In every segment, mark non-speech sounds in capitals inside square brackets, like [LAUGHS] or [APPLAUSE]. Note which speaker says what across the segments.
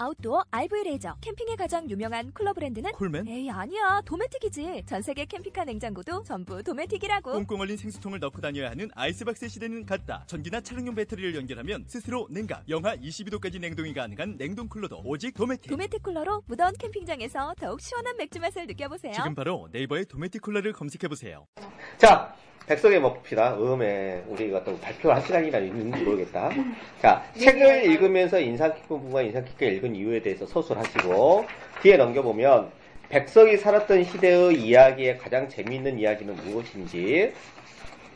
Speaker 1: 아웃도어 RV 레저 캠핑에 가장 유명한 쿨러 브랜드는
Speaker 2: 콜맨?
Speaker 1: 에이 아니야 도메틱이지 전 세계 캠핑카 냉장고도 전부
Speaker 3: 어?
Speaker 1: 도메틱이라고
Speaker 2: 꽁꽁 얼린 생수통을 넣고 다녀야 하는 아이스박스 시대는 갔다. 전기나 차량용 배터리를 연결하면 스스로 냉각, 영하 22도까지 냉동이 가능한 냉동 쿨러도 오직 도메틱.
Speaker 1: 도메틱 쿨러로 무더운 캠핑장에서 더욱 시원한 맥주 맛을 느껴보세요
Speaker 2: 지금 바로 네이버에 도메틱 쿨러를 검색해보세요.
Speaker 4: 자, 백석에 먹읍시다. 음에 우리가 또 발표할 시간이나 있는지 모르겠다. 자, 책을 읽으면서 인상 깊은 부분과 인상 깊게 읽은 이유에 대해서 서술하시고, 뒤에 넘겨보면, 백석이 살았던 시대의 이야기의 가장 재미있는 이야기는 무엇인지,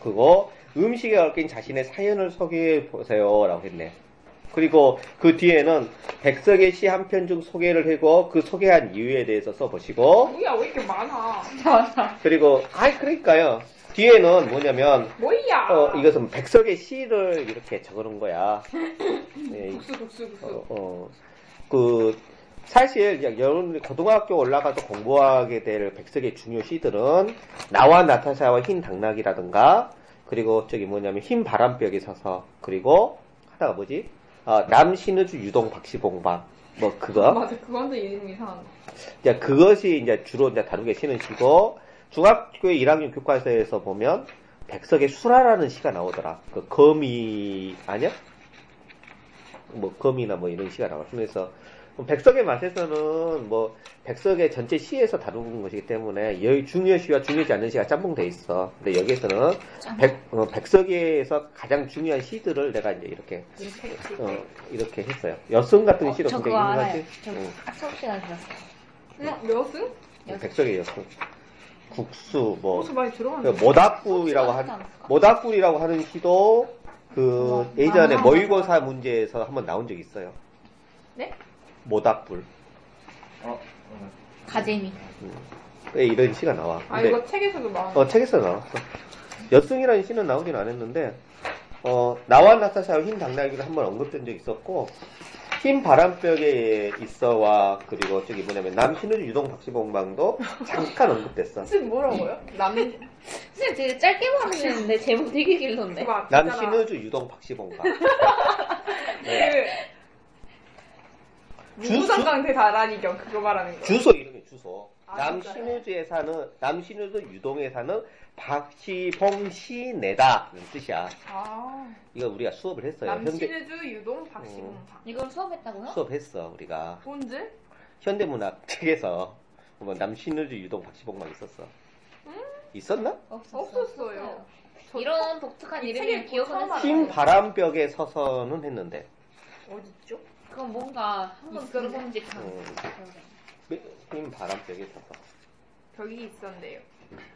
Speaker 4: 그거 음식에 얽힌 자신의 사연을 소개해 보세요. 라고 했네. 그리고 그 뒤에는 백석의 시 한 편 중 소개를 하고 그 소개한 이유에 대해서 써보시고,
Speaker 3: 뭐야 왜 이렇게 많아?
Speaker 4: 그리고 아이 그러니까요. 뒤에는 뭐냐면
Speaker 3: 뭐야?
Speaker 4: 어, 이것은 백석의 시를 이렇게 적어놓은 거야. 네,
Speaker 3: 국수 국수 국수.
Speaker 4: 어, 어, 그 사실 이제 여러분들이 고등학교 올라가서 공부하게 될 백석의 중요 시들은 나와 나타샤와 흰 당나귀라든가 그리고 저기 뭐냐면 흰 바람벽에 서서 그리고 하나가 뭐지? 아, 남신우주 유동 박시봉방 뭐 그거
Speaker 3: 맞아 그건도 이름 이상한데.
Speaker 4: 이제 그것이 이제 주로 이제 다루게 시는 시고 중학교 1학년 교과서에서 보면 백석의 수라라는 시가 나오더라. 그 거미 아니야? 뭐 거미나 뭐 이런 시가 나와. 그래서 백석의 맛에서는 뭐 백석의 전체 시에서 다루는 것이기 때문에 여기 중요 시와 중요하지 않는 시가 짬뽕돼 있어. 근데 여기에서는 백, 어, 백석에서 가장 중요한 시들을 내가 이제 이렇게
Speaker 5: 이렇게
Speaker 4: 어, 이렇게 했어요. 여승 같은
Speaker 5: 어,
Speaker 4: 시도
Speaker 5: 저
Speaker 4: 굉장히
Speaker 5: 그거 알아요.
Speaker 4: 유명하지.
Speaker 5: 저
Speaker 4: 응.
Speaker 5: 수업 시간에 들었어요.
Speaker 3: 응? 몇승?
Speaker 4: 뭐 백석의 여수, 국수, 뭐,
Speaker 3: 어서 많이
Speaker 4: 그
Speaker 3: 들어봤는데.
Speaker 4: 모닥불이라고 한, 모닥불이라고 하는 시도, 그,
Speaker 5: 어,
Speaker 4: 예전에
Speaker 5: 아.
Speaker 4: 모의고사 문제에서 한번 나온 적이 있어요.
Speaker 3: 네?
Speaker 4: 모닥불.
Speaker 5: 가재미.
Speaker 4: 왜 이런 시가 나와.
Speaker 3: 아
Speaker 4: 근데-
Speaker 3: 이거 책에서도 많아.
Speaker 4: 어, 책에서 나왔어. 여승이라는 시는 나오진 않았는데, 어, 나와 나타샤의 흰 당나귀를 한번 언급된 적이 있었고, 흰 바람벽에 있어와, 그리고 저기 뭐냐면, 남신은 유동 박시봉방도 잠깐 언급됐어.
Speaker 3: 선생님 뭐라고요? 남
Speaker 5: 선생님 되게 짧게 말하시는데 제목 되게 길던데.
Speaker 3: 막
Speaker 4: 남신우주 유동
Speaker 3: [LAUGHS]
Speaker 4: 박시봉방. 네.
Speaker 3: 그 무상강 대다란이경 그거 말하는 거.
Speaker 4: 주소 이름이 주소.
Speaker 3: 아, 진짜요?
Speaker 4: 남신우주에 사는 남신우주 유동에 사는 박시봉 시내다 이런 뜻이야.
Speaker 3: 아
Speaker 4: 이거 우리가 수업을 했어요. 네, 현대
Speaker 3: 남신의주 유동 박시공사.
Speaker 5: 이걸 수업했다고요?
Speaker 4: 수업했어 우리가
Speaker 3: 본질?
Speaker 4: 현대문학 책에서 뭐 남신우주 유동 박시봉만 있었어.
Speaker 3: 음?
Speaker 4: 있었나?
Speaker 5: 없었어요. 네.
Speaker 3: 없었어요. 저
Speaker 5: 이런 독특한
Speaker 3: 이
Speaker 5: 이름을
Speaker 3: 책에
Speaker 5: 기억하는
Speaker 3: 처음
Speaker 5: 사람이
Speaker 4: 흰 바람벽에 서서는 했는데
Speaker 3: 어딨죠?
Speaker 5: 그건 뭔가 한번
Speaker 3: 있었네.
Speaker 5: 들어봄직한.
Speaker 4: 음.
Speaker 5: 기억이.
Speaker 4: 흰 바람벽에 서서.
Speaker 3: 벽이 있었네요.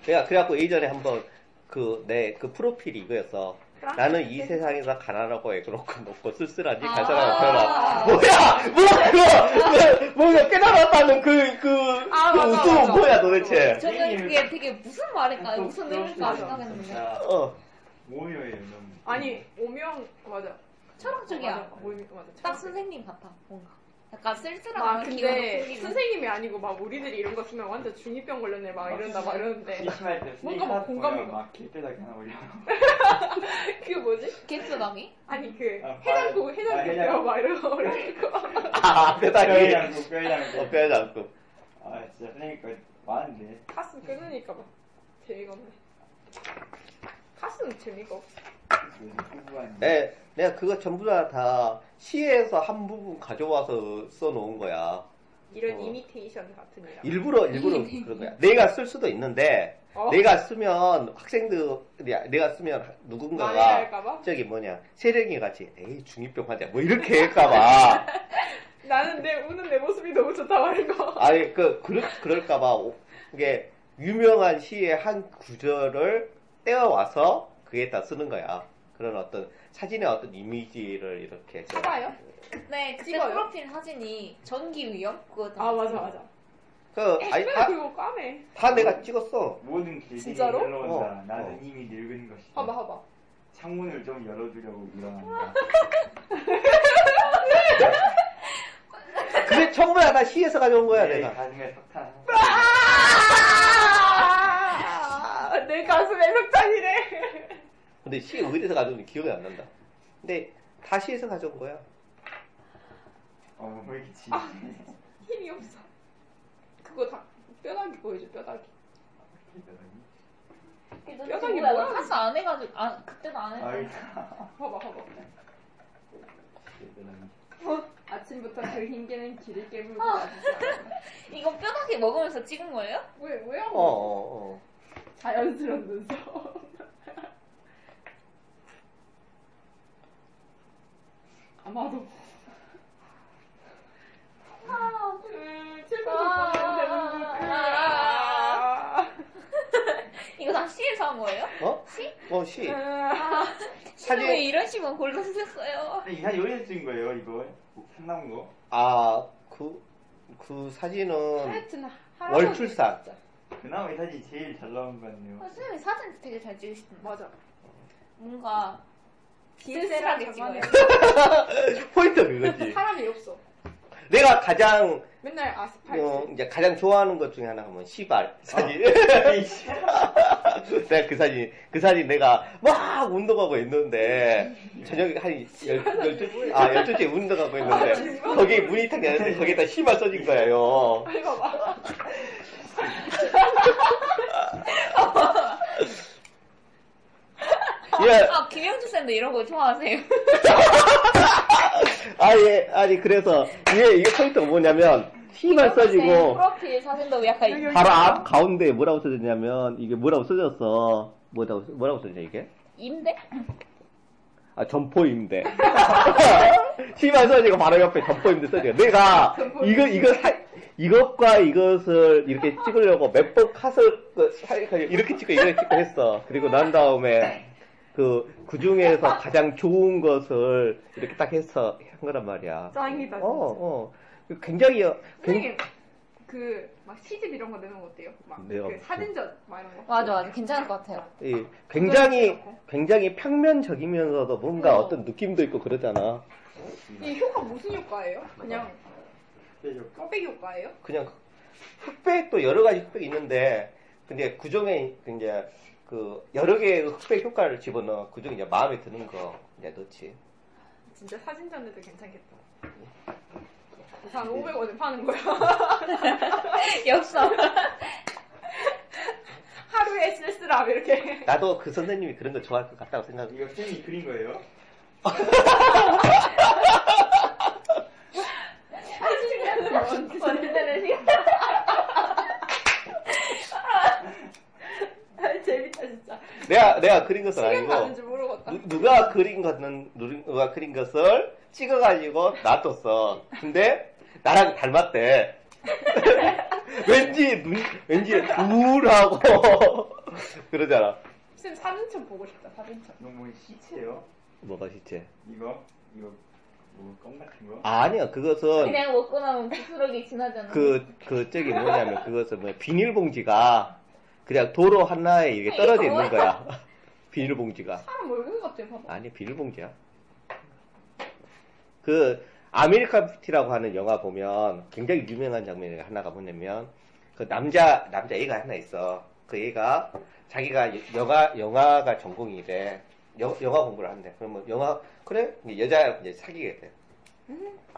Speaker 4: 내가 그래갖고 예전에 한번 그 내 그 프로필이 이거였어. 나는 이 세상에서 가난하고 애그롭고 높고 쓸쓸하니
Speaker 5: 아.
Speaker 4: 가사랑 태어나. 뭐야! 뭐야! 그거! 그, 뭐야! 깨달았다는 그, 그,
Speaker 3: 아,
Speaker 4: 그
Speaker 3: 맞아,
Speaker 4: 웃음은
Speaker 3: 맞아.
Speaker 4: 뭐야 도대체?
Speaker 5: 저는 그게 되게 무슨
Speaker 3: 아,
Speaker 5: 말일까, 무슨 의미일까 안 가겠는데.
Speaker 4: 어.
Speaker 6: 오묘해요
Speaker 3: 아니 오명 맞아.
Speaker 5: 철학적이야.
Speaker 3: 맞아, 오명 맞아.
Speaker 5: 딱 선생님 같아, 뭔가. 약간
Speaker 3: 아
Speaker 5: 쓸쓸한
Speaker 3: 근데
Speaker 5: 기억이
Speaker 3: 선생님이 아니고 막 우리들이 이런 거 쓰면 완전 중2병 걸렸네
Speaker 4: 아,
Speaker 3: 막 이런다 막 이러는데 뭔가 막 공감이 가.
Speaker 6: 막 길대다 그냥 올려
Speaker 3: [LAUGHS] 그게 뭐지?
Speaker 5: 개수당이?
Speaker 3: 아니 그
Speaker 6: 아,
Speaker 3: 해장국
Speaker 6: 아,
Speaker 3: 해장국이라고
Speaker 6: 해장국.
Speaker 3: 막 이러고 그러니까 [LAUGHS]
Speaker 4: 아, 대단히.
Speaker 6: 뼈해장국 뼈해장국
Speaker 4: 어, 빼지 않고.
Speaker 6: 아 진짜 선생님 거 많은데
Speaker 3: 카스 끊으니까 막 재미가 없네 카스는 재미가 없어
Speaker 6: 요즘 공부하는
Speaker 4: 내, 내가 그거 전부 다, 다 시에서 한 부분 가져와서 써놓은 거야.
Speaker 3: 이런
Speaker 4: 어.
Speaker 3: 이미테이션 같은 일
Speaker 4: 일부러, 일부러 그런 거야. 내가 쓸 수도 있는데,
Speaker 3: 어.
Speaker 4: 내가 쓰면 학생들이, 내가 쓰면 누군가가
Speaker 3: 말할까봐
Speaker 4: 저기 뭐냐 세령이 같이 에이 중이병 환자 뭐 이렇게 할까봐
Speaker 3: [LAUGHS] 나는 내 우는 내 모습이 너무 좋다 말인 거
Speaker 4: 아니 그 그럴 그럴까봐 오- 이게 유명한 시의 한 구절을 떼어와서 그에다 쓰는 거야 그런 어떤 사진의 어떤 이미지를 이렇게 좀-
Speaker 3: 해봐요
Speaker 5: 그때, 그때
Speaker 3: 찍어요?
Speaker 5: 프로필 사진이 전기 위험? 그거 다
Speaker 3: 아 맞아 맞아
Speaker 4: 그 아니 음,
Speaker 3: 맨날
Speaker 4: 다,
Speaker 3: 예, 그거 까매
Speaker 4: 다 내가 찍었어
Speaker 6: 모든 길들이
Speaker 3: 진짜로?
Speaker 6: 올라온다
Speaker 4: 어.
Speaker 6: 나는
Speaker 4: 어.
Speaker 6: 이미 늙은 것이다
Speaker 3: 봐봐 봐봐
Speaker 6: 창문을 좀 열어주려고 일어납니다.
Speaker 4: 그게 청문회 다 시에서 가져온 거야,
Speaker 6: 내
Speaker 4: 내가.
Speaker 6: 가슴에 석탄.
Speaker 3: 아, 내 가슴에 [LAUGHS] 석탄이네.
Speaker 4: 근데 시 어디서 가져온지 기억이 안 난다. 근데 다 시에서 가져온 거야.
Speaker 6: 어, 왜 이렇게 지?
Speaker 3: 아. 힘이 없어. 그거 다 뼈다귀 보여줘, 뼈다귀.
Speaker 5: 뼈다귀 뭐야? 나 카스 안 해가지고 아 그때도 안
Speaker 6: 아,
Speaker 5: 했는데.
Speaker 6: 일단.
Speaker 3: 봐봐, 봐봐. 어? 아침부터 그 흰개는 길을 깨물고.
Speaker 5: 아.
Speaker 3: 나왔어.
Speaker 5: [LAUGHS] 이거 뼈다귀 먹으면서 찍은 거예요?
Speaker 3: 왜, 왜 하고
Speaker 4: 어, 어, 어.
Speaker 3: 자연스러운 눈썹. [LAUGHS] 아마도.
Speaker 5: 아, 아.
Speaker 3: 아,
Speaker 5: 이거 다 C에서 한 거예요?
Speaker 4: 어? 어, 시.
Speaker 3: 그
Speaker 5: C는
Speaker 4: 사진-
Speaker 5: 왜 이런 식으로 골라주셨어요?
Speaker 6: 근데 이사 요리에서 찍은 거예요, 이거. 산 나온 거.
Speaker 4: 아, 그, 그 사진은
Speaker 3: 하여튼
Speaker 4: 월 출산.
Speaker 6: 그나마 이 사진이 제일 잘 나온 것 같네요.
Speaker 5: 선생님 사진 되게 잘 찍으시던데
Speaker 3: 맞아.
Speaker 5: 뭐, 뭔가
Speaker 3: 쓸쓸하게
Speaker 5: 쓸쓸하게 찍어요
Speaker 4: 포인트 그거지.
Speaker 3: 사람이 없어.
Speaker 4: 내가 가장,
Speaker 3: 맨날 아스팔트.
Speaker 4: 어, 이제 가장 좋아하는 것 중에 하나가 뭐, 시발. 사진.
Speaker 6: 에이씨.
Speaker 4: 내가 그 사진, 그 사진 내가 막 운동하고 있는데, 저녁에 한 열, 열두, 아, 12시에 운동하고 있는데, 거기에 문이 탁 열렸는데, 거기에다 심화 써진 거예요.
Speaker 3: 빨리 봐봐.
Speaker 4: 예,
Speaker 5: 아 김영주 쌤도 이런 거
Speaker 4: [LAUGHS]
Speaker 5: 좋아하세요?
Speaker 4: 아, 예, 아니, 그래서, 이게, 이게 포인트가 뭐냐면,
Speaker 5: 아,
Speaker 4: 심화
Speaker 5: 쌤
Speaker 4: 써지고,
Speaker 5: 네, 프로필 사진도 [LAUGHS] 약간 이-
Speaker 4: 바로 앞 가운데에 뭐라고 써졌냐면, 이게 뭐라고 써졌어. 뭐라고, 뭐라고 써져, 이게?
Speaker 5: 인데?
Speaker 4: 아, 점포임대. [LAUGHS] 심한 써지고 바로 옆에 점포임대 써져요. 내가, 이거, 이거, 사- 이것과 이것을 이렇게 찍으려고 몇 번 컷을, 그 사- 이렇게 찍고 이렇게 찍고 했어. 그리고 난 다음에, 그, 그 중에서 가장 좋은 것을 이렇게 딱 해서 한 거란 말이야.
Speaker 3: 짱이다.
Speaker 4: 어,
Speaker 3: 진짜.
Speaker 4: 어. 굉장히, 굉장히,
Speaker 3: 선생님 그 막 시집 이런 거 내는 거 어때요? 막
Speaker 4: 내가
Speaker 3: 그 사진전 막 이런 거.
Speaker 5: 맞아 맞아 괜찮을 것 같아요 [LAUGHS]
Speaker 4: 예, 굉장히,
Speaker 3: 그렇지. 네.
Speaker 4: 굉장히 평면적이면서도 뭔가 어떤 느낌도 있고 그러잖아.
Speaker 3: 이 효과 무슨 효과예요? 그냥
Speaker 6: 빼줄까?
Speaker 3: 흑백 효과예요?
Speaker 4: 그냥 흑백도 여러 가지 흑백이 있는데 근데 그 중에 이제 그 여러 개의 흑백 효과를 집어넣어 그 중에 이제 마음에 드는 거 이제 넣지
Speaker 3: 진짜 사진전에도 괜찮겠다. 한 500원에 파는 거야. [LAUGHS]
Speaker 5: [LAUGHS] 역사
Speaker 3: 하루에 쓸쓸함 이렇게.
Speaker 4: 나도 그 선생님이 그런 거 좋아할 것 같다고 생각해
Speaker 6: 이거 쌤이 그린 거예요?
Speaker 5: [LAUGHS]
Speaker 3: 아, 재밌다 진짜.
Speaker 4: 내가 내가 그린 것은
Speaker 3: [LAUGHS] 시간 가는
Speaker 4: 아니고
Speaker 3: 줄 모르겠다.
Speaker 4: 어, 누, 누가 그린 것은 누가 그린 것을 찍어가지고 놔뒀어 근데 나랑 닮았대 [LAUGHS] 왠지 눈 왠지 우울하고 [LAUGHS] 그러잖아
Speaker 3: 쌤 사진첩 보고 싶다 사진첩.
Speaker 6: 이거 뭐 시체요?
Speaker 4: 뭐가 실제
Speaker 6: 이거? 이거 뭐 껌 같은 거?
Speaker 4: 아니야 그것은
Speaker 5: 그냥 먹고 나면 부스러기 지나잖아요
Speaker 4: 그, 그, 저기 뭐냐면, 그것은 뭐, 비닐봉지가, 그냥 도로 하나에 이게
Speaker 5: 아,
Speaker 4: 떨어져
Speaker 5: 이거
Speaker 4: 있는 거야. [LAUGHS] 비닐봉지가.
Speaker 3: 사람 얼굴 같아 봐봐.
Speaker 4: 아니, 비닐봉지야. 그, 아메리카피티라고 하는 영화 보면, 굉장히 유명한 장면이 하나가 뭐냐면, 그 남자, 남자 애가 하나 있어. 그 애가, 자기가 영화, 영화가 전공이래. 여- 영화 공부를 한대. 그러면 영화, 그래? 이제 여자랑 이제 사귀게 돼.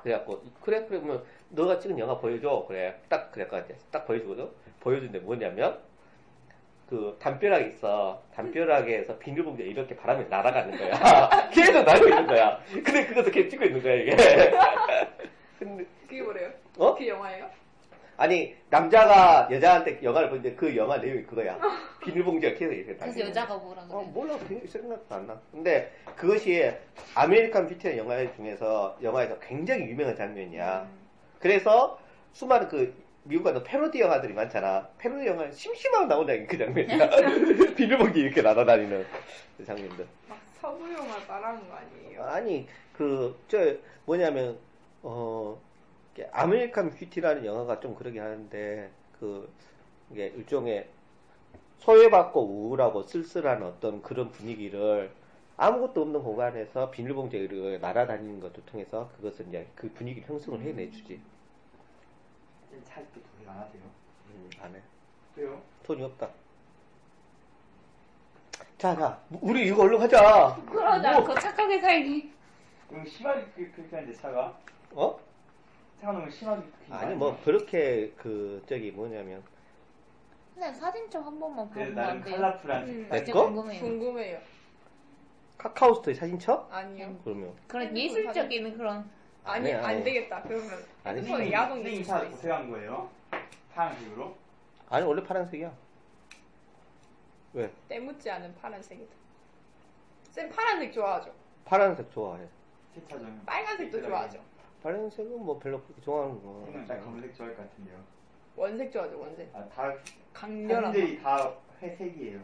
Speaker 4: 그래갖고, 그래? 그래? 그러면, 너가 찍은 영화 보여줘. 그래. 딱, 그래갖고, 이제 딱 보여주거든? 보여주는데 뭐냐면, 그, 담벼락 이 있어. 담벼락에서 비닐봉지가 이렇게 바람에 날아가는
Speaker 5: [LAUGHS]
Speaker 4: 거야. 계속 날고 있는 거야. 근데 그것도 계속 찍고 있는 거야, 이게. 근데,
Speaker 3: 그게 뭐래요?
Speaker 4: 어?
Speaker 3: 그 영화예요?
Speaker 4: 아니, 남자가 여자한테 영화를 보는데 그 영화 내용이 그거야. 비닐봉지가 계속 이렇게 날리는
Speaker 5: 그래서
Speaker 4: 거야.
Speaker 5: 여자가 뭐라
Speaker 4: 어,
Speaker 5: 그래요?
Speaker 4: 몰라. 그 생각도 안 나. 근데 그것이 아메리칸 뷰티라는 영화 중에서, 영화에서 굉장히 유명한
Speaker 3: 아.
Speaker 4: 장면이야.
Speaker 3: 음,
Speaker 4: 그래서 수많은 그 미국 가는 패러디 영화들이 많잖아. 패러디 영화에 심심하게 나오는 그 장면이야. [LAUGHS] 비닐봉지 이렇게 날아다니는 그 장면들.
Speaker 3: 막 서부 영화 따라한 거 아니에요?
Speaker 4: 아니, 그, 저, 뭐냐면, 어, 이게 아메리칸 뷰티라는 영화가 좀 그러긴 하는데, 그, 이게 일종의 소외받고 우울하고 쓸쓸한 어떤 그런 분위기를 아무것도 없는 공간에서 비닐봉지에 이렇게 날아다니는 것을 통해서 그것을 이제 그 분위기를 형성을 해내주지.
Speaker 6: 지금 차직도 돈안 하세요?
Speaker 4: 음, 안 해.
Speaker 6: 왜요?
Speaker 4: 돈이 없다. 자, 자, 우리 이거 얼른 하자. 뭐,
Speaker 5: 뭐? 그러지 않고 착하게 살기.
Speaker 6: 너무 심하게 그- 그렇게 하는데 차가?
Speaker 4: 어?
Speaker 6: 차가 너무 심하게 그렇게
Speaker 4: 아니, 뭐, 그렇게, 그, 저기, 뭐냐면,
Speaker 5: 그냥 사진첩 한 번만
Speaker 6: 그
Speaker 5: 보면
Speaker 6: 나름
Speaker 5: 안 돼요?
Speaker 6: 컬러풀한
Speaker 3: 아, 음.
Speaker 6: 색깔
Speaker 4: 내 네,
Speaker 5: 진짜
Speaker 4: 거?
Speaker 5: 궁금해요.
Speaker 3: 궁금해요.
Speaker 4: 카카오스토리 사진첩?
Speaker 3: 아니요.
Speaker 4: 그러면,
Speaker 5: 그런 예술적인 그런
Speaker 3: 아니,
Speaker 4: 아니야.
Speaker 3: 안 되겠다. 그러면
Speaker 4: 아니,
Speaker 3: 핸드폰에
Speaker 4: 선생님,
Speaker 3: 네. 어, 야동
Speaker 6: 선생님
Speaker 3: 있을
Speaker 6: 차
Speaker 3: 수도 있어.
Speaker 6: 고생한 거예요? 파란색으로?
Speaker 4: 아니, 원래 파란색이야. 왜?
Speaker 3: 때묻지 않은 파란색이다. 쌤 파란색 좋아하죠?
Speaker 4: 파란색 좋아해.
Speaker 6: 새 차죠
Speaker 3: 빨간색도
Speaker 4: 네,
Speaker 3: 좋아하죠?
Speaker 4: 파란색은 뭐 별로 그렇게 좋아하는 거.
Speaker 6: 저는 딱 검은색 좋아할 것 같은데요
Speaker 3: 원색 좋아하죠, 원색.
Speaker 6: 아다
Speaker 3: 강렬한 거.
Speaker 6: 사진들이 다 회색이에요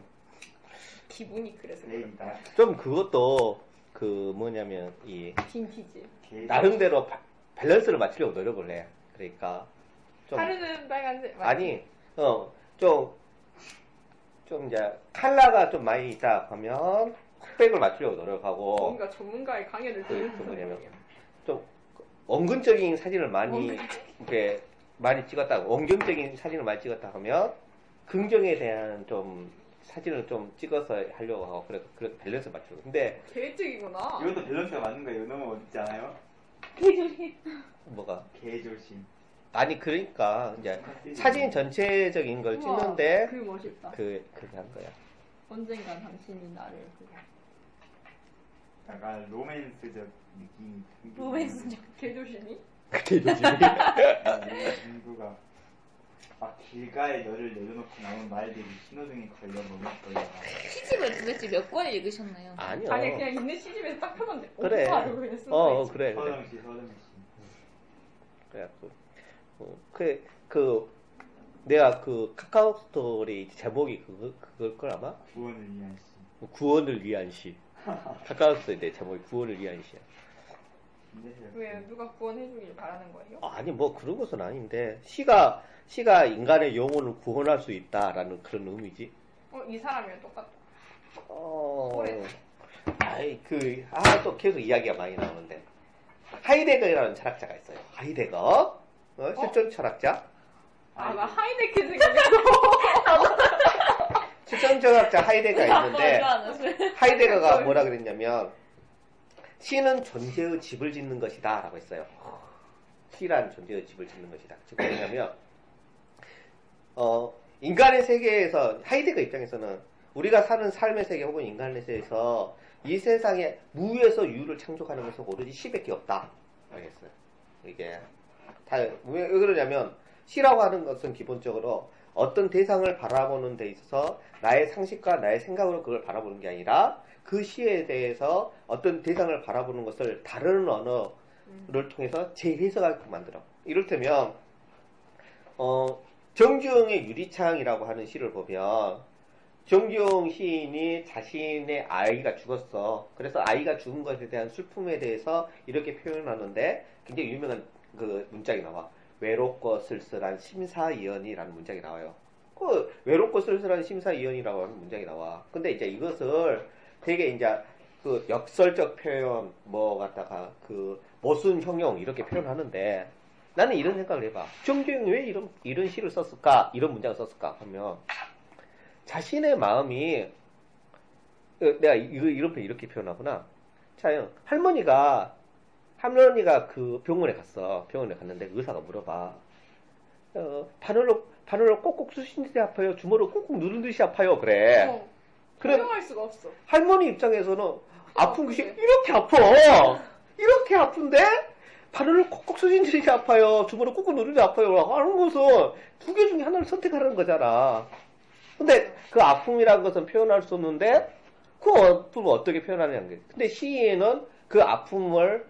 Speaker 3: 기분이 그래서
Speaker 4: 네.
Speaker 3: 그래.
Speaker 6: 레인이다
Speaker 4: 좀 그것도, 그, 뭐냐면, 이,
Speaker 3: 빈티지.
Speaker 4: 나름대로 바- 밸런스를 맞추려고 노력을 해. 그러니까, 좀,
Speaker 3: 하루는 빨간색.
Speaker 4: 아니, 어, 좀, 좀 이제, 칼라가 좀 많이 있다 하면, 흑백을 맞추려고 노력하고,
Speaker 3: 뭔가 전문가의 강연을
Speaker 4: 어. 그,
Speaker 3: 듣는
Speaker 4: 그
Speaker 3: 것
Speaker 4: 뭐냐면,
Speaker 3: 같아요. 어,
Speaker 4: 좀, 엉근적인 사진을 많이, 이렇게, 많이 찍었다, 엉경적인 사진을 많이 찍었다 하면, 긍정에 대한 좀, 사진을 좀 찍어서 하려고 하고, 그래, 그렇게 밸런스 맞추고. 근데,
Speaker 3: 계획적이구나. [LAUGHS]
Speaker 6: 이것도 밸런스가 맞는 거예요 너무 어렵지 않아요?
Speaker 5: 개조리.
Speaker 4: 뭐가,
Speaker 6: 개조심
Speaker 4: 아니, 그러니까, 이제, 사진 전체적인 걸 찍는데,
Speaker 3: 그 멋있다.
Speaker 4: 그, 그게 한 거야.
Speaker 3: 언젠간 당신이 나를 그거.
Speaker 6: 약간 로맨스적 느낌이 큰
Speaker 5: 로맨스적.
Speaker 3: 개조심이?
Speaker 4: 그게 요즘.
Speaker 6: 이 친구가 막 길가에 너를 내려놓고 나온 말들이 신호등에 걸려 먹을 거야
Speaker 5: 시집을 도대체 몇 권을 읽으셨나요?
Speaker 4: [LAUGHS] 아니요.
Speaker 3: 아니 그냥 있는 시집에서 딱 펴던데.
Speaker 4: 어. 그래.
Speaker 3: 오빠로 그냥 쓴
Speaker 4: 어, 어,
Speaker 3: 거지.
Speaker 4: 그래, 그래.
Speaker 6: 서정씨 서정씨
Speaker 4: 그래갖고. 어, 그, 그, 내가 그 카카오 스토리 제목이 그거, 그걸 걸 아마? 뭐
Speaker 6: 구원을 위한 씨
Speaker 4: 구원을 위한 [LAUGHS] 시. 카카오 스토리 내 제목이 구원을 위한 시야.
Speaker 6: 힘내세요
Speaker 3: 왜 누가 구원해주길 바라는 거예요?
Speaker 4: 아니, 뭐 그런 것은 아닌데. 시가, 시가 인간의 영혼을 구원할 수 있다라는 그런 의미지.
Speaker 3: 어, 이 사람이랑 똑같다.
Speaker 4: 어.
Speaker 3: 그래.
Speaker 4: 아이, 그, 아, 또 계속 이야기가 많이 나오는데. 하이데거라는 철학자가 있어요. 하이데거. 어, 실존 철학자.
Speaker 3: 아, 나 하이네켄 생각했어.
Speaker 4: 실존 철학자 [LAUGHS] 하이데거가 그러니까 있는데.
Speaker 5: 있는데.
Speaker 4: 하이데거가 뭐라 그랬냐면 시는 존재의 집을 짓는 것이다 라고 했어요 시란 존재의 집을 짓는 것이다 즉 뭐냐면 어, 인간의 세계에서 하이데거 입장에서는 우리가 사는 삶의 세계 혹은 인간의 세계에서 이 세상에 무에서 유를 창조하는 것은 오로지 시밖에 없다 알겠어요 이게 다, 왜, 왜 그러냐면 시라고 하는 것은 기본적으로 어떤 대상을 바라보는 데 있어서 나의 상식과 나의 생각으로 그걸 바라보는 게 아니라 그 시에 대해서 어떤 대상을 바라보는 것을 다른 언어를 통해서 재해석하게 만들어. 이를테면 어, 정주영의 유리창이라고 하는 시를 보면 정주영 시인이 자신의 아이가 죽었어. 그래서 아이가 죽은 것에 대한 슬픔에 대해서 이렇게 표현하는데 굉장히 유명한 그 문장이 나와. 외롭고 쓸쓸한 심사위원이라는 문장이 나와요. 그 외롭고 쓸쓸한 심사위원이라고 하는 문장이 나와. 근데 이제 이것을 되게 이제 그 역설적 표현 뭐 갖다가 그 모순 형용 이렇게 표현하는데 나는 이런 생각을 해봐. 정경이 왜 이런 이런 시를 썼을까? 이런 문장을 썼을까? 하면 자신의 마음이 어, 내가 이거 이렇게 이렇게 표현하구나. 자연 할머니가 할머니가 그 병원에 갔어. 병원에 갔는데 그 의사가 물어봐. 어, 바늘로 바늘로 꼭꼭 쑤신 듯이 아파요. 주먹으로 꾹꾹 누른 듯이 아파요. 그래.
Speaker 3: 어,
Speaker 4: 예. 그래.
Speaker 3: 설명할 수가 없어.
Speaker 4: 할머니 입장에서는 아픈 것이
Speaker 3: 아픈데.
Speaker 4: 이렇게 아파. 이렇게 아픈데 바늘을 콕콕 쑤신 듯이 아파요. 주먹을 꾹꾹 누르지 아파요. 하는 것은 두 개 중에 하나를 선택하라는 거잖아. 근데 그 아픔이라는 것은 표현할 수 없는데 그 아픔을 어떻게 표현하냐는 게. 근데 시인은 그 아픔을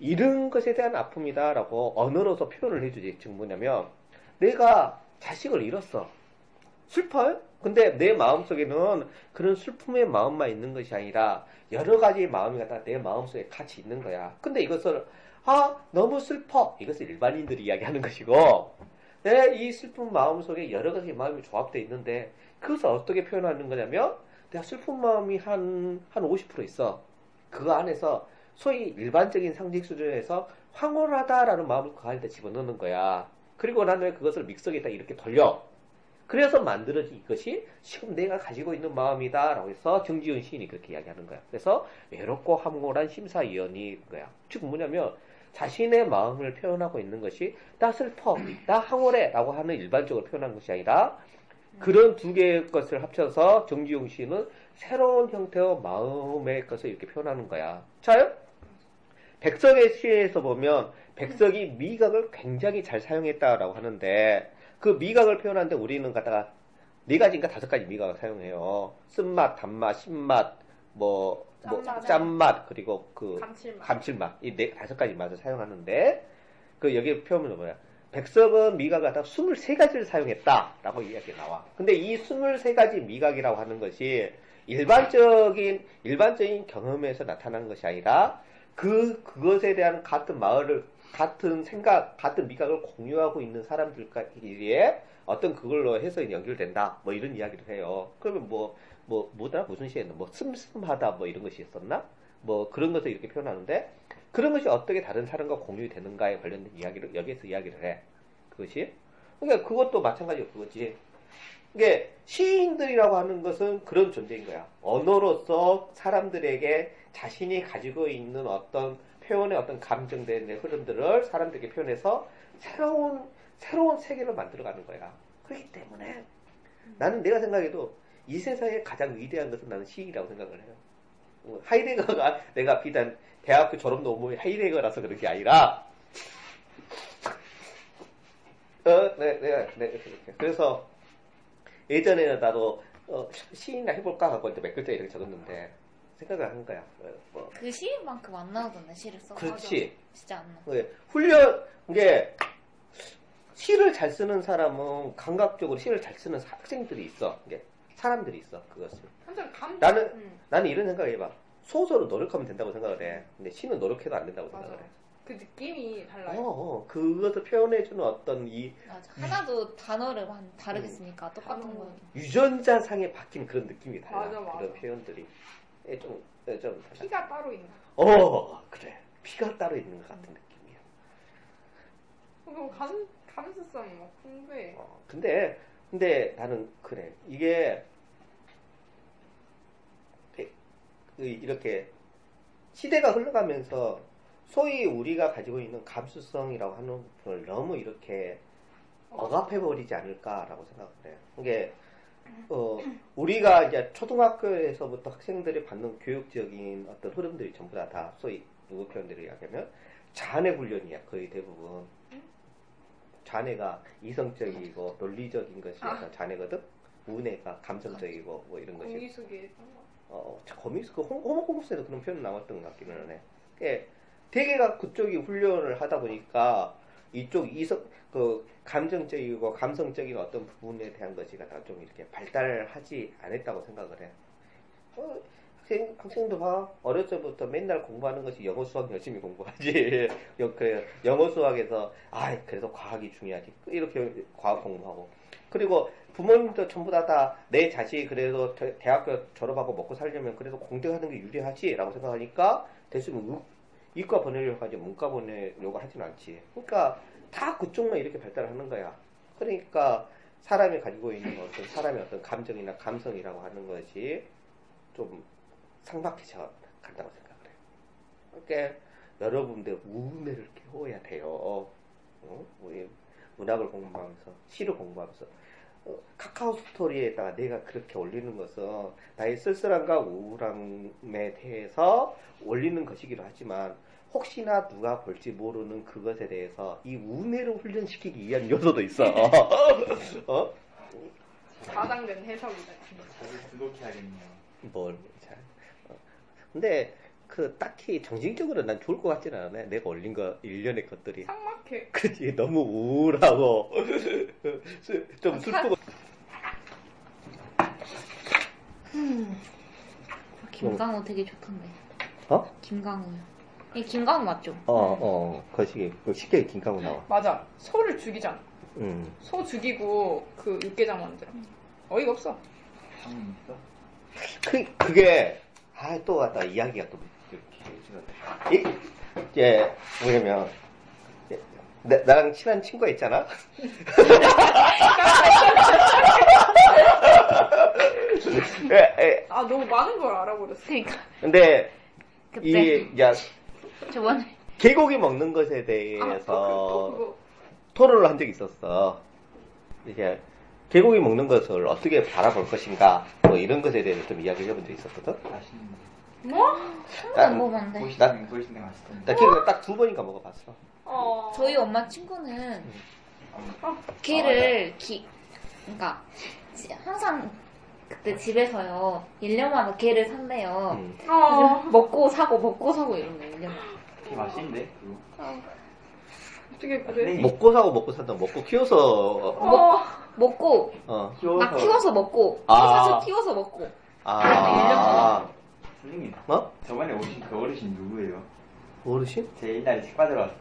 Speaker 4: 잃은 것에 대한 아픔이다라고 언어로서 표현을 해주지. 즉 뭐냐면 내가 자식을 잃었어. 슬퍼요? 근데 내 마음속에는 그런 슬픔의 마음만 있는 것이 아니라 여러 가지 마음이 갖다 내 마음속에 같이 있는 거야. 근데 이것을 아 너무 슬퍼 이것을 일반인들이 이야기하는 것이고 내 이 슬픈 마음 속에 여러 가지 마음이 조합되어 있는데 그것을 어떻게 표현하는 거냐면 내가 슬픈 마음이 한, 한 50% 있어. 그 안에서 소위 일반적인 상식 수준에서 황홀하다라는 마음을 그 안에다 집어넣는 거야. 그리고 난 왜 그것을 믹서기에다 이렇게 돌려. 그래서 만들어진 이것이 지금 내가 가지고 있는 마음이다라고 해서 정지훈 시인이 그렇게 이야기하는 거야. 그래서 외롭고 황홀한 심사위원인 거야. 즉 뭐냐면 자신의 마음을 표현하고 있는 것이 나 슬퍼, 나 황홀해라고 하는 일반적으로 표현한 것이 아니라 그런 두 개의 것을 합쳐서 정지용 씨는 새로운 형태의 마음의 것을 이렇게 표현하는 거야. 자요? 백석의 시에서 보면 백석이 미각을 굉장히 잘 사용했다라고 하는데 그 미각을 표현하는데 우리는 갖다가 네 가지인가 다섯 가지 미각을 사용해요. 쓴맛, 단맛, 신맛, 뭐, 뭐
Speaker 5: 짠맛.
Speaker 4: 짠맛 그리고 그
Speaker 3: 감칠맛.
Speaker 4: 감칠맛 이 네, 다섯 가지 맛을 사용하는데 그 여기 표현은 뭐야? 백석은 미각을 다 23가지를 사용했다라고 이야기 나와. 근데 이 23가지 미각이라고 하는 것이 일반적인 일반적인 경험에서 나타난 것이 아니라 그 그것에 대한 같은 마을을 같은 생각 같은 미각을 공유하고 있는 사람들끼리의 어떤 그걸로 해서 연결된다 뭐 이런 이야기를 해요. 그러면 뭐 뭐 뭐다 무슨 시에는 뭐 슴슴하다 뭐 이런 것이 있었나? 뭐 그런 것을 이렇게 표현하는데 그런 것이 어떻게 다른 사람과 공유되는가에 관련된 이야기를 여기에서 이야기를 해. 그것이 그러니까 그것도 마찬가지로 그거지. 이게 시인들이라고 하는 것은 그런 존재인 거야. 언어로서 사람들에게 자신이 가지고 있는 어떤 표현의 어떤 감정된 흐름들을 사람들에게 표현해서 새로운 새로운 세계를 만들어가는 거야. 그렇기 때문에 나는 내가 생각해도 이 세상에 가장 위대한 것은 나는 시인이라고 생각을 해요. 어, 하이데거가 내가 비단 대학교 졸업 논문이 하이데거라서 그런 게 아니라 어, 네, 네, 네, 이렇게, 이렇게. 그래서 예전에는 나도 어, 시인이나 해볼까 하고 이제 몇 글자 이렇게 적었는데 생각을 한 거야. 어, 뭐,
Speaker 5: 그 시인만큼 안 나오잖아 시를 써.
Speaker 4: 그렇지.
Speaker 5: 진짜 안 나.
Speaker 4: 네, 훈련 이게 시를 잘 쓰는 사람은 감각적으로 시를 잘 쓰는 학생들이 있어. 이게 사람들이 있어. 그것을.
Speaker 3: 완전 감.
Speaker 4: 나는
Speaker 3: 응,
Speaker 4: 나는 이런 생각을 해봐. 소설은 노력하면 된다고 생각을 해. 근데 시는 노력해도 안 된다고
Speaker 3: 맞아.
Speaker 4: 생각을 해.
Speaker 3: 그 느낌이
Speaker 4: 어,
Speaker 3: 달라요.
Speaker 4: 어, 그것을 표현해주는 어떤 이
Speaker 5: 맞아. 하나도 단어를 완- 다르게 쓰니까 똑같은
Speaker 3: 음.
Speaker 5: 거.
Speaker 4: 뭐, 유전자상에 박힌 그런 느낌이 달라.
Speaker 3: 맞아, 맞아.
Speaker 4: 그런 표현들이. 예, 좀, 예, 좀 달라.
Speaker 3: 피가 따로 있나?
Speaker 4: 어, 그래. 피가 따로 있는 것
Speaker 3: 음.
Speaker 4: 같은 느낌이야.
Speaker 3: 그럼 감 감수성이 막 풍부해.
Speaker 4: 어, 근데, 근데 나는 그래. 이게, 이- 그 이렇게 시대가 흘러가면서 소위 우리가 가지고 있는 감수성이라고 하는 부분을 너무 이렇게 억압해버리지 않을까라고 생각을 해요. 이게, 어, 우리가 이제 초등학교에서부터 학생들이 받는 교육적인 어떤 흐름들이 전부 다, 다 소위 누구 표현대로 이야기하면 자네 훈련이야, 거의 대부분. 자네가 이성적이고 논리적인 것이
Speaker 3: 아.
Speaker 4: 약간 자네거든? 우네가 감성적이고 뭐 이런 것이.
Speaker 3: 공기 속에
Speaker 4: 어, 거미스 그 호- 호모 코모스에도 그런 표현 나왔던 것 같기는 해. 예, 대개가 그쪽이 훈련을 하다 보니까 이쪽 이성 그 감정적이고 감성적인 어떤 부분에 대한 것이 갖다가 좀 이렇게 발달하지 않았다고 생각을 해. 어, 학생 학생도 봐 어릴 때부터 맨날 공부하는 것이 영어 수학 열심히 공부하지. [LAUGHS] 여- 그래 영어 수학에서 아 그래서 과학이 중요하지 이렇게 과학 공부하고 그리고 부모님도 전부 다 다 내 자식이 그래도 대- 대학교 졸업하고 먹고 살려면 그래도 공대하는 게 유리하지라고 생각하니까 대수면 의- 이과 보내려고 하지 문과 보내려고 하진 않지. 그러니까 다 그쪽만 이렇게 발달하는 거야. 그러니까 사람이 가지고 있는 어떤 사람의 어떤 감정이나 감성이라고 하는 것이 좀 상박해져 간다고 생각을 해요. 그러니까 여러분들 우뇌를 깨워야 돼요. 어? 우리 문학을 공부하면서 시를 공부하면서 어, 카카오 스토리에다가 내가 그렇게 올리는 것은 나의 쓸쓸함과 우울함에 대해서 올리는 것이기도 하지만 혹시나 누가 볼지 모르는 그것에 대해서 이 우뇌를 훈련시키기 위한 요소도 있어. 어?
Speaker 3: 과장된 해석이다.
Speaker 6: 자주 구독해야겠네요.
Speaker 4: 뭘 잘. 어. 근데 그 딱히 정신적으로 난 좋을 것 같지는 않아. 내가 올린 거 일련의 것들이.
Speaker 3: 상막해.
Speaker 4: 그치 너무 우울하고 좀 슬프고.
Speaker 5: 김강호 되게 좋던데.
Speaker 4: 어?
Speaker 5: 김강호. 이 김강호 맞죠?
Speaker 4: 어, 어, 거시기, 그 쉽게 김강호 나와.
Speaker 3: 맞아. 소를 죽이잖아.
Speaker 4: 음.
Speaker 3: 소 죽이고 그 육개장 만들어. 어이가 없어.
Speaker 6: 장문 있어?
Speaker 4: 그, 그게, 아, 또 왔다. 이야기가 또, 이렇게. 이, 이게, 뭐냐면, 나, 나랑 친한 친구가 있잖아? [LAUGHS] 예, 예.
Speaker 3: 아 너무 많은 걸 알아버렸어.
Speaker 5: 그러니까
Speaker 4: 근데,
Speaker 5: 그때
Speaker 4: 이, 야,
Speaker 5: 저번에
Speaker 4: 개고기 먹는 것에
Speaker 3: 아, 또 그- 또
Speaker 4: 대해서
Speaker 3: 그거.
Speaker 4: 토론을 한 적이 있었어. 이제, 개고기 먹는 것을 어떻게 바라볼 것인가, 뭐 이런 것에 대해서 좀 이야기를 해본 적이 있었거든?
Speaker 6: 맛있는
Speaker 5: [LAUGHS]
Speaker 3: 뭐?
Speaker 5: 처음에 안
Speaker 4: 네.
Speaker 5: 먹어봤는데
Speaker 6: 보이시는 보이시는 맛있던데
Speaker 4: 나 개고기 딱두 번인가 먹어봤어.
Speaker 3: 어.
Speaker 5: 저희 엄마 친구는
Speaker 6: 아,
Speaker 5: 개를 기 그러니까 지- 항상 그때 집에서요 1년마다 개를 산대요
Speaker 4: 음.
Speaker 3: 어.
Speaker 5: 먹고 사고 먹고 사고 이런 거 1년
Speaker 6: 되게 맛있는데 그거
Speaker 3: 어떻게 그래?
Speaker 6: 네.
Speaker 4: 먹고 사고 먹고 산다 먹고 키워서
Speaker 3: 어.
Speaker 5: 먹고
Speaker 4: 어
Speaker 5: 막 키워서 먹고
Speaker 4: 아.
Speaker 5: 사서 키워서 먹고
Speaker 4: 아.
Speaker 6: 선생님
Speaker 4: 어?
Speaker 6: 저번에 오신 그 어르신 누구예요?
Speaker 4: 어르신?
Speaker 6: 제 옛날에 책 받으러 왔을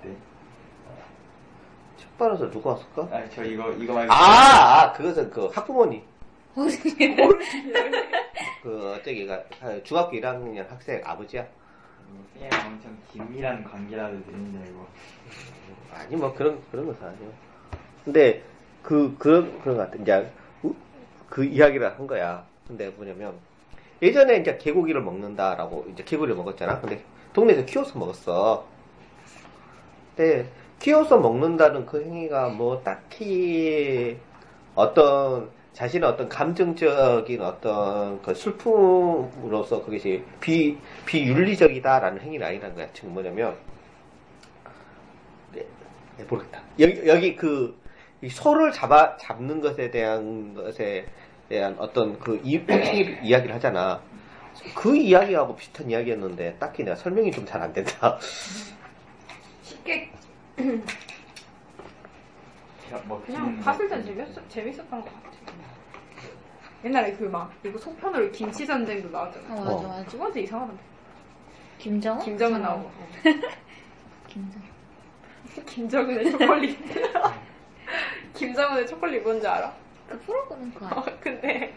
Speaker 4: 책 빨아서 누가 왔을까?
Speaker 6: 때 아 저 이거 이거 말고
Speaker 4: 아, 아 그것은 그 학부모님 그 저기가 중학교 1학년 학생 아버지야
Speaker 6: 선생님 엄청 긴밀한 관계라도 되는 줄 알고
Speaker 4: 아니 뭐 그런 그런 것은 아니요 근데 그 그런 그런 것 같아 이제 우- 그 이야기를 한 거야 근데 뭐냐면 예전에 이제 개고기를 먹는다라고 이제 개고기를 먹었잖아 근데 동네에서 키워서 먹었어 근데 키워서 먹는다는 그 행위가 뭐 딱히 어떤 자신의 어떤 감정적인 어떤 그 슬픔으로서 그것이 비 비윤리적이다라는 행위는 아니라는 거야 지금 뭐냐면 네, 모르겠다. 여기, 여기 그, 이 소를 잡아, 잡는 것에 대한 것에 대한 어떤 그 이, 이- 이야기를 하잖아. 그 이야기하고 비슷한 이야기였는데 딱히 내가 설명이 좀 잘 안 된다. [LAUGHS]
Speaker 3: 쉽게
Speaker 6: 제가 먹
Speaker 3: 그냥 봤을 땐 재밌었, 재밌었던 것 같아. 옛날에 그 막 이거 속편으로 김치 전쟁도
Speaker 5: 아
Speaker 3: 나왔잖아.
Speaker 5: 맞아
Speaker 4: 어.
Speaker 5: 맞아 어?
Speaker 3: 저번에 이상하던데.
Speaker 5: 김정은?
Speaker 3: 김정은 나오고.
Speaker 5: 어. 김정은
Speaker 3: [LAUGHS] 김정은의 초콜릿. [LAUGHS] 김정은의 초콜릿 뭔지 알아?
Speaker 5: 그 프로그램 그거
Speaker 3: 어, [LAUGHS]
Speaker 5: 아니야?
Speaker 3: 근데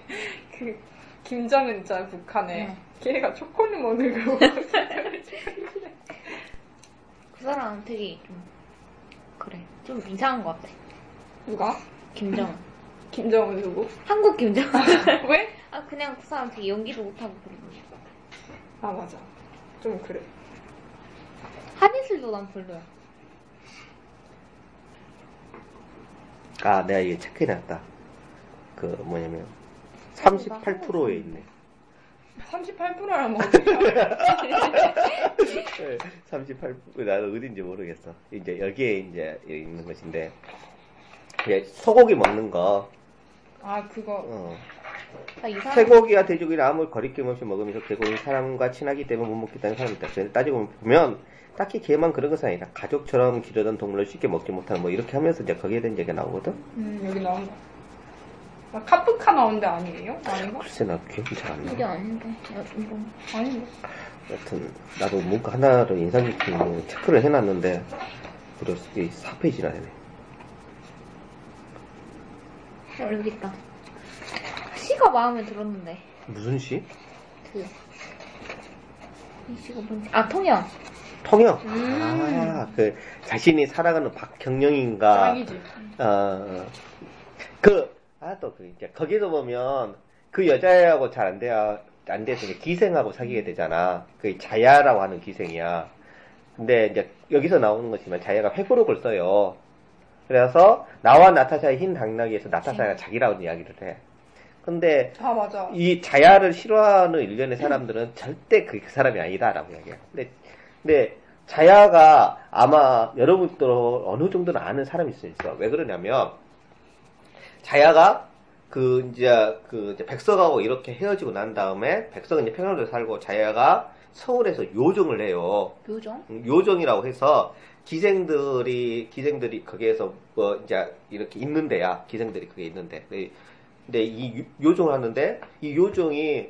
Speaker 3: 그 김정은 있잖아 북한에
Speaker 5: 응.
Speaker 3: 걔가 초콜릿 먹는 거
Speaker 5: [LAUGHS] 그 사람 되게 좀 그래 좀 이상한 것 같아
Speaker 3: 누가?
Speaker 5: 김정은
Speaker 3: 김정은
Speaker 5: [LAUGHS]
Speaker 3: 누구?
Speaker 5: 한국 김정은
Speaker 3: 왜?
Speaker 5: 아 그냥 그 사람 되게 연기도 못하고 그러고
Speaker 3: 아 맞아 좀 그래
Speaker 5: 한이슬도 난 별로야
Speaker 4: 아, 내가 이게 체크해놨다. 그 뭐냐면 38%에 있네.
Speaker 3: 38%라면 어떡해
Speaker 5: [LAUGHS]
Speaker 4: 38, 나도 어딘지 모르겠어. 이제 여기에 이제 있는 것인데. 이제 소고기 먹는 거,
Speaker 3: 아 그거
Speaker 4: 어,
Speaker 5: 나 아, 이상한
Speaker 4: 쇠고기와 돼지고기를 아무 거리낌 없이 먹으면서 개고기 사람과 친하기 때문에 못 먹겠다는 사람이 있다. 그래서 따지고 보면 딱히 개만 그런 것은 아니라 가족처럼 기르던 동물을 쉽게 먹지 못하는 뭐 이렇게 하면서 이제 거기에 대한 얘기가 나오거든.
Speaker 3: 음 여기 나온 거. 나 카프카 나온데 아니에요? 아닌가?
Speaker 4: 글쎄 나 기억이 잘 안
Speaker 5: 이게
Speaker 4: 나.
Speaker 5: 아닌데 아, 이거
Speaker 3: 아닌가?
Speaker 4: 여튼 나도 뭔가 하나로 인상 깊은 거 체크를 해놨는데 무려 4페이지나 되네.
Speaker 5: 어, 여기 있다 시가 마음에 들었는데
Speaker 4: 무슨 시?
Speaker 5: 그이 시가 뭔지 아 통영
Speaker 4: 통영. 아, 그 자신이 살아가는 박경영인가.
Speaker 3: 짱이지
Speaker 4: 아, 그, 아, 또, 그, 이제, 거기서 보면, 그 여자애하고 잘 안 돼야, 안 돼서 이제 기생하고 사귀게 되잖아. 그 자야라고 하는 기생이야. 근데 이제, 여기서 나오는 거지만, 자야가 회고록을 써요. 그래서, 나와 나타샤의 흰 당나귀에서 나타샤가 자기라는 이야기를 해. 근데,
Speaker 3: 아 맞아
Speaker 4: 이 자야를 싫어하는 일련의 사람들은 절대 그, 그 사람이 아니다라고 이야기해요. 근데, 근데 자야가 아마 여러분도 어느 정도는 아는 사람일 수 있어. 왜 그러냐면, 자야가 그 이제 그 이제 백석하고 이렇게 헤어지고 난 다음에 백석은 이제 평양에서 살고 자야가 서울에서 요정을 해요.
Speaker 5: 요정
Speaker 4: 요정이라고 해서 기생들이 기생들이 거기에서 뭐 이제 이렇게 있는데야 기생들이 그게 있는데 근데- 근데 이 요- 요정을 하는데 이 요정이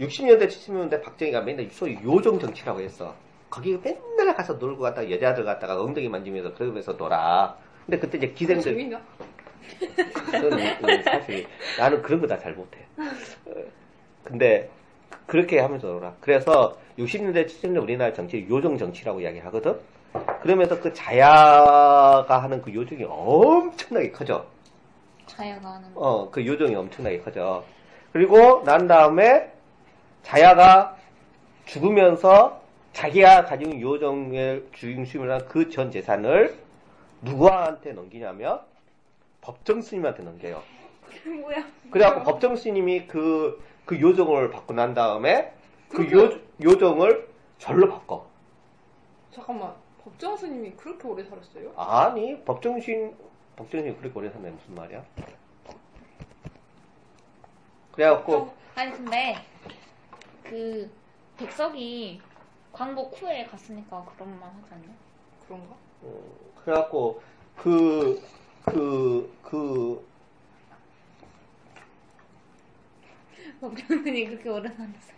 Speaker 4: 60년대 70년대 박정희가 맨날 소위 요정 정치라고 했어 거기 맨날 가서 놀고 갔다가 여자들 갔다가 엉덩이 만지면서 그러면서 놀아 근데 그때 이제 기생들
Speaker 3: 재밌냐?
Speaker 4: 그건, 음, 음, 사실 나는 그런 거 다 잘 못해. 어, 근데 그렇게 하면서 놀아. 그래서 60년대, 70년대 우리나라 정치 요정 정치라고 이야기하거든. 그러면서 그 자야가 하는 그 요정이 엄청나게 커져.
Speaker 5: 자야가 하는 거.
Speaker 4: 어, 그 요정이 엄청나게 커져. 그리고 난 다음에 자야가 죽으면서 자기가 가진 고 요정의 주임수임이나 그 전 재산을 누구한테 넘기냐면 법정 스님한테 넘겨요.
Speaker 5: 뭐야?
Speaker 4: 그래갖고 법정 스님이 그, 그 요정을 받고 난 다음에 그 요, 요정을 절로 바꿔.
Speaker 3: 잠깐만 법정 스님이 그렇게 오래 살았어요?
Speaker 4: 아니, 법정 스님, 법정 스님 그렇게 오래 산다 무슨 말이야? 그래갖고,
Speaker 3: 어.
Speaker 5: 아니 근데 그 백석이 광복 후에 갔으니까 그런 말 하지 않나?
Speaker 3: 그런가?
Speaker 4: 어, 그래갖고 그, 그, 그,
Speaker 5: 법정님이 그렇게 오래 살았어.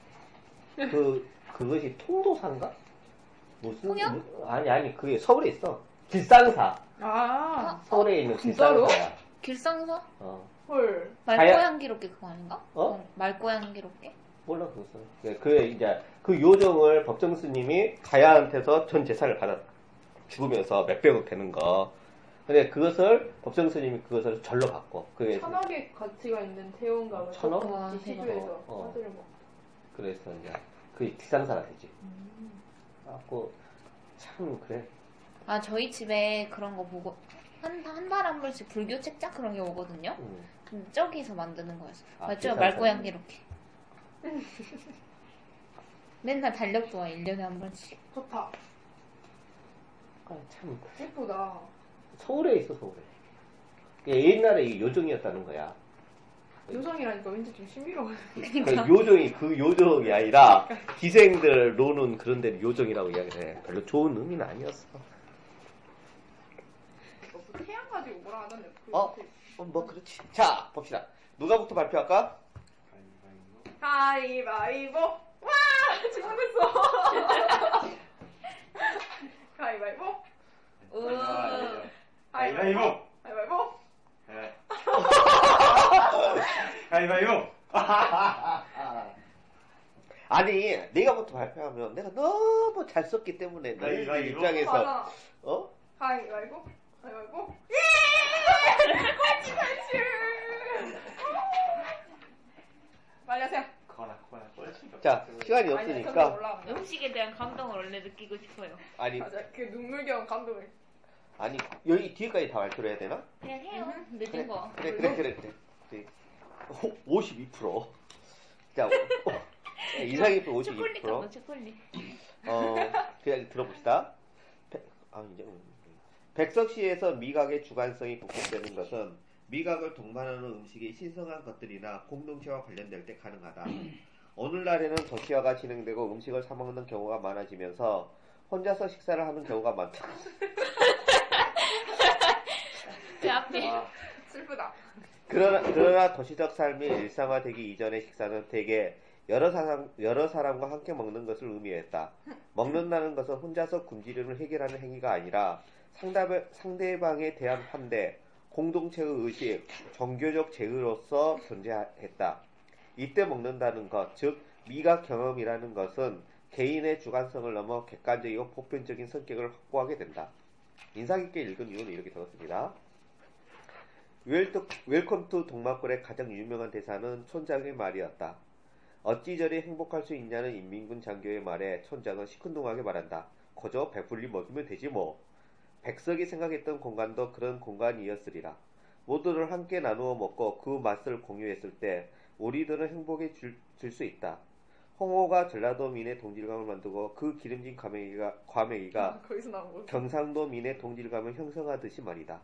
Speaker 4: 그, 그것이 통도사인가? 무슨,
Speaker 5: 통영?
Speaker 4: 무- 아니, 아니, 그게 서울에 있어. 길상사.
Speaker 3: 아,
Speaker 4: 서울에 있는
Speaker 3: 진짜로?
Speaker 4: 길상사야.
Speaker 5: 어, 길상서?
Speaker 4: 어,
Speaker 3: 헐.
Speaker 5: 말고양 기록계 그거 아닌가?
Speaker 4: 어?
Speaker 5: 말고양 기록계?
Speaker 4: 몰라, 그것은. 네, 그, 이제, 그 요정을 법정 스님이 가야한테서 전 재산을 받아 죽으면서 몇백억 되는 거. 근데 그것을, 법정 스님이 그것을 절로 받고. 그게,
Speaker 3: 천억의 가치가 있는 태용가가
Speaker 4: 네.
Speaker 3: 그
Speaker 4: 천억?
Speaker 5: 와,
Speaker 3: 이 시주에서
Speaker 4: 대박. 어.
Speaker 3: 사들을 먹고
Speaker 4: 그래서 이제, 그게 길상사가 되지.
Speaker 3: 음.
Speaker 4: 그래갖고, 참, 그래.
Speaker 5: 아 저희 집에 그런 거 보고 한한달한 번씩 불교 책자 그런 게 오거든요.
Speaker 4: 음.
Speaker 5: 근데 저기서 만드는 거였어.
Speaker 4: 아,
Speaker 5: 맞죠?
Speaker 4: 길상서.
Speaker 5: 말고양 기록계. 맨날 달력도 와 1년에 한 번씩.
Speaker 3: 좋다.
Speaker 4: 아, 참.
Speaker 3: 예쁘다.
Speaker 4: 서울에 있어, 서울에. 이게 옛날에 이 요정이었다는 거야.
Speaker 3: 요정이라니까 어, 왠지 좀
Speaker 4: [LAUGHS]
Speaker 3: 신비로워.
Speaker 4: 그
Speaker 3: 그러니까.
Speaker 4: 요정이 그 요정이 아니라 기생들 노는 그런 데를 요정이라고 이야기를 해. 별로 좋은 의미는 아니었어.
Speaker 3: 그 태양 가지고 뭐라 하던데. 그
Speaker 4: 어?
Speaker 3: 밑에 있어.
Speaker 4: 어, 뭐, 그렇지. 자, 봅시다. 누가부터 발표할까? [LAUGHS]
Speaker 3: 가위바위보. 와! [LAUGHS] 잘못했어.
Speaker 4: [LAUGHS]
Speaker 3: 가위바위보.
Speaker 6: 아,
Speaker 3: 가위바위보.
Speaker 6: 가위바위보.
Speaker 3: 가위바위보.
Speaker 6: 예. 아, 가위바위보.
Speaker 4: 아니, 내가부터 발표하면 내가 너무 잘 썼기 때문에 너희
Speaker 6: 가위바위보?
Speaker 4: 입장에서,
Speaker 3: 맞아.
Speaker 4: 어?
Speaker 3: 가위바위보. 가위바위보. 예! 같이 같이. 빨리 하세요.
Speaker 6: 거나 거나 꼴찌가.
Speaker 4: 자, 시간이
Speaker 3: 아니, 점점
Speaker 4: 없으니까.
Speaker 3: 올라가네.
Speaker 5: 음식에 대한 감동을 원래 느끼고 싶어요.
Speaker 4: 아니,
Speaker 3: 맞아. 그 눈물겨운 감동을.
Speaker 4: 아니, 여기 뒤에까지 다 발표를 해야 되나?
Speaker 5: 그냥 해요.
Speaker 4: 그래,
Speaker 5: 늦은 거.
Speaker 4: 그래, 그래, 그래, 그래. 그래. 오, 52%. 자, 오, 네, 이상이표
Speaker 5: 초콜릿
Speaker 4: 52%.
Speaker 5: 같아, 초콜릿.
Speaker 4: 어, 그냥 들어봅시다. 백, 아, 이제, 음, 음. 백석시에서 미각의 주관성이 복잡되는 것은 미각을 동반하는 음식이 신성한 것들이나 공동체와 관련될 때 가능하다. 오늘날에는 도시화가 진행되고 음식을 사먹는 경우가 많아지면서 혼자서 식사를 하는 경우가 많다.
Speaker 5: 제그 앞에
Speaker 6: 아,
Speaker 3: 슬프다.
Speaker 4: 그러나, 그러나 도시적 삶이 일상화되기 이전의 식사는 대개 여러 사람, 여러 사람과 함께 먹는 것을 의미했다. 먹는다는 것은 혼자서 굶주림을 해결하는 행위가 아니라 상담의, 상대방에 대한 판대, 공동체의 의식, 종교적 제의로서 존재했다. 이때 먹는다는 것, 즉 미각 경험이라는 것은 개인의 주관성을 넘어 객관적이고 보편적인 성격을 확보하게 된다. 인상 깊게 읽은 이유는 이렇게 적었습니다. 웰토, 웰컴 투 동막골의 가장 유명한 대사는 촌장의 말이었다. 어찌 저리 행복할 수 있냐는 인민군 장교의 말에 촌장은 시큰둥하게 말한다. 거저 배불리 먹이면 되지 뭐. 백석이 생각했던 공간도 그런 공간이었으리라. 모두를 함께 나누어 먹고 그 맛을 공유했을 때 우리들은 행복에 줄 수 있다. 홍호가 전라도민의 동질감을 만들고 그 기름진 과메기가, 과메기가
Speaker 3: 거기서 나온 거.
Speaker 4: 경상도민의 동질감을 형성하듯이 말이다.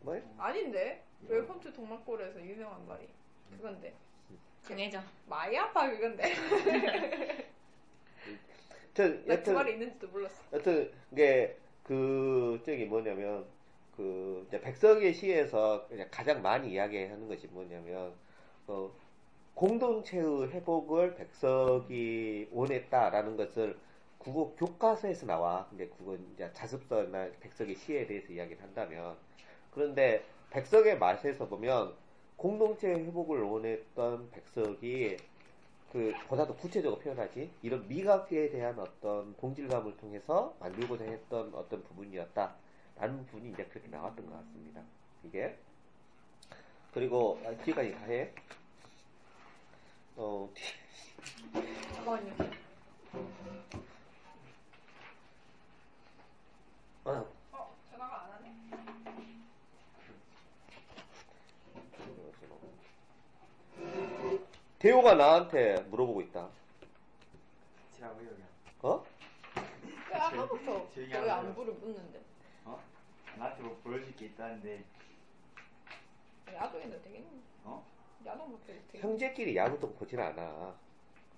Speaker 4: 뭐?
Speaker 3: 음. 아닌데 웰컴 투 동막골에서 유명한 말이 그건데
Speaker 5: 정해져.
Speaker 3: 마이 아파 그건데
Speaker 4: 저,
Speaker 3: 나 그
Speaker 4: 여튼
Speaker 3: 말이 있는지도 몰랐어
Speaker 4: 여튼 이게 그 저기 뭐냐면 그 이제 백석의 시에서 이제 가장 많이 이야기하는 것이 뭐냐면 어, 공동체의 회복을 백석이 원했다라는 것을 국어 교과서에서 나와 근데 그건 이제 자습서나 백석의 시에 대해서 이야기를 한다면 그런데 백석의 맛에서 보면 공동체 회복을 원했던 백석이 그 보다 더 구체적으로 표현하지 이런 미각에 대한 어떤 동질감을 통해서 만들고자 했던 어떤 부분이었다라는 부분이 이제 그렇게 나왔던 것 같습니다. 이게 그리고 아, 뒤까지 가해. 어, 뒤-
Speaker 3: 잠깐만요.
Speaker 4: 어,
Speaker 3: 어, 전화가 안 하네.
Speaker 4: 대호가 나한테 물어보고 있다.
Speaker 6: 제가 왜 여기?
Speaker 4: 어?
Speaker 3: 왜 아까부터
Speaker 6: 제 얘기 안
Speaker 3: 왜
Speaker 6: 해요.
Speaker 3: 안부를 묻는데?
Speaker 6: 어? 나한테 뭐 보여줄 게 있다는데
Speaker 3: 야동인데 되겠네.
Speaker 6: 어?
Speaker 3: 야동밖에 되게
Speaker 4: 형제끼리 야구도 보진 않아.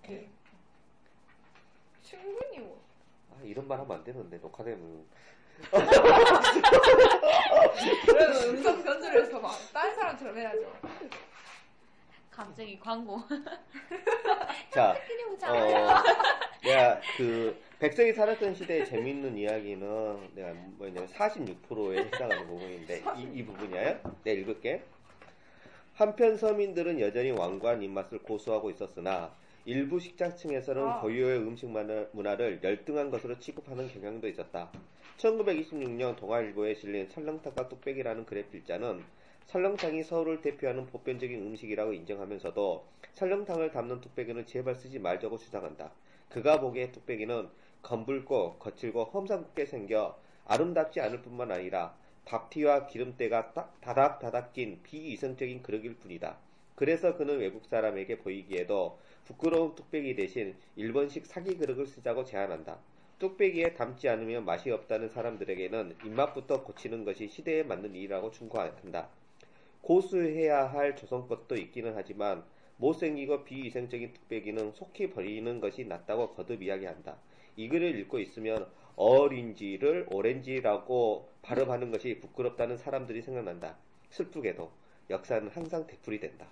Speaker 3: 예. 충분히 뭐.
Speaker 4: 아, 이런 말 하면 안 되는데 녹화되면
Speaker 3: 그래도 음성 편지를 해서 막 다른 사람처럼 해야죠.
Speaker 5: 갑자기 광고.
Speaker 4: 어. 자,
Speaker 5: 그냥 자.
Speaker 4: 어, 내가 그 백성이 살았던 시대의 재미있는 이야기는 내가 뭐냐면 46%에 해당하는 부분인데 이, 이 부분이에요. 내가 읽을게. 한편 서민들은 여전히 왕관 입맛을 고수하고 있었으나 일부 식자층에서는
Speaker 3: 아.
Speaker 4: 고유의 음식 만화- 문화를 열등한 것으로 취급하는 경향도 있었다. 1926년 동아일보에 실린 설렁탕과 뚝배기라는 글의 필자는 설렁탕이 서울을 대표하는 보편적인 음식이라고 인정하면서도 설렁탕을 담는 뚝배기는 제발 쓰지 말자고 주장한다. 그가 보기에 뚝배기는 검붉고 거칠고 험상궂게 생겨 아름답지 않을 뿐만 아니라 밥티와 기름때가 따- 다닥다닥 낀 비이성적인 그릇일 뿐이다. 그래서 그는 외국 사람에게 보이기에도 부끄러운 뚝배기 대신 일본식 사기 그릇을 쓰자고 제안한다. 뚝배기에 담지 않으면 맛이 없다는 사람들에게는 입맛부터 고치는 것이 시대에 맞는 일이라고 충고한다. 고수해야 할 조선 것도 있기는 하지만 못생기고 비위생적인 뚝배기는 속히 버리는 것이 낫다고 거듭 이야기한다. 이 글을 읽고 있으면 어린지를 오렌지라고 발음하는 것이 부끄럽다는 사람들이 생각난다. 슬프게도 역사는 항상 되풀이 된다.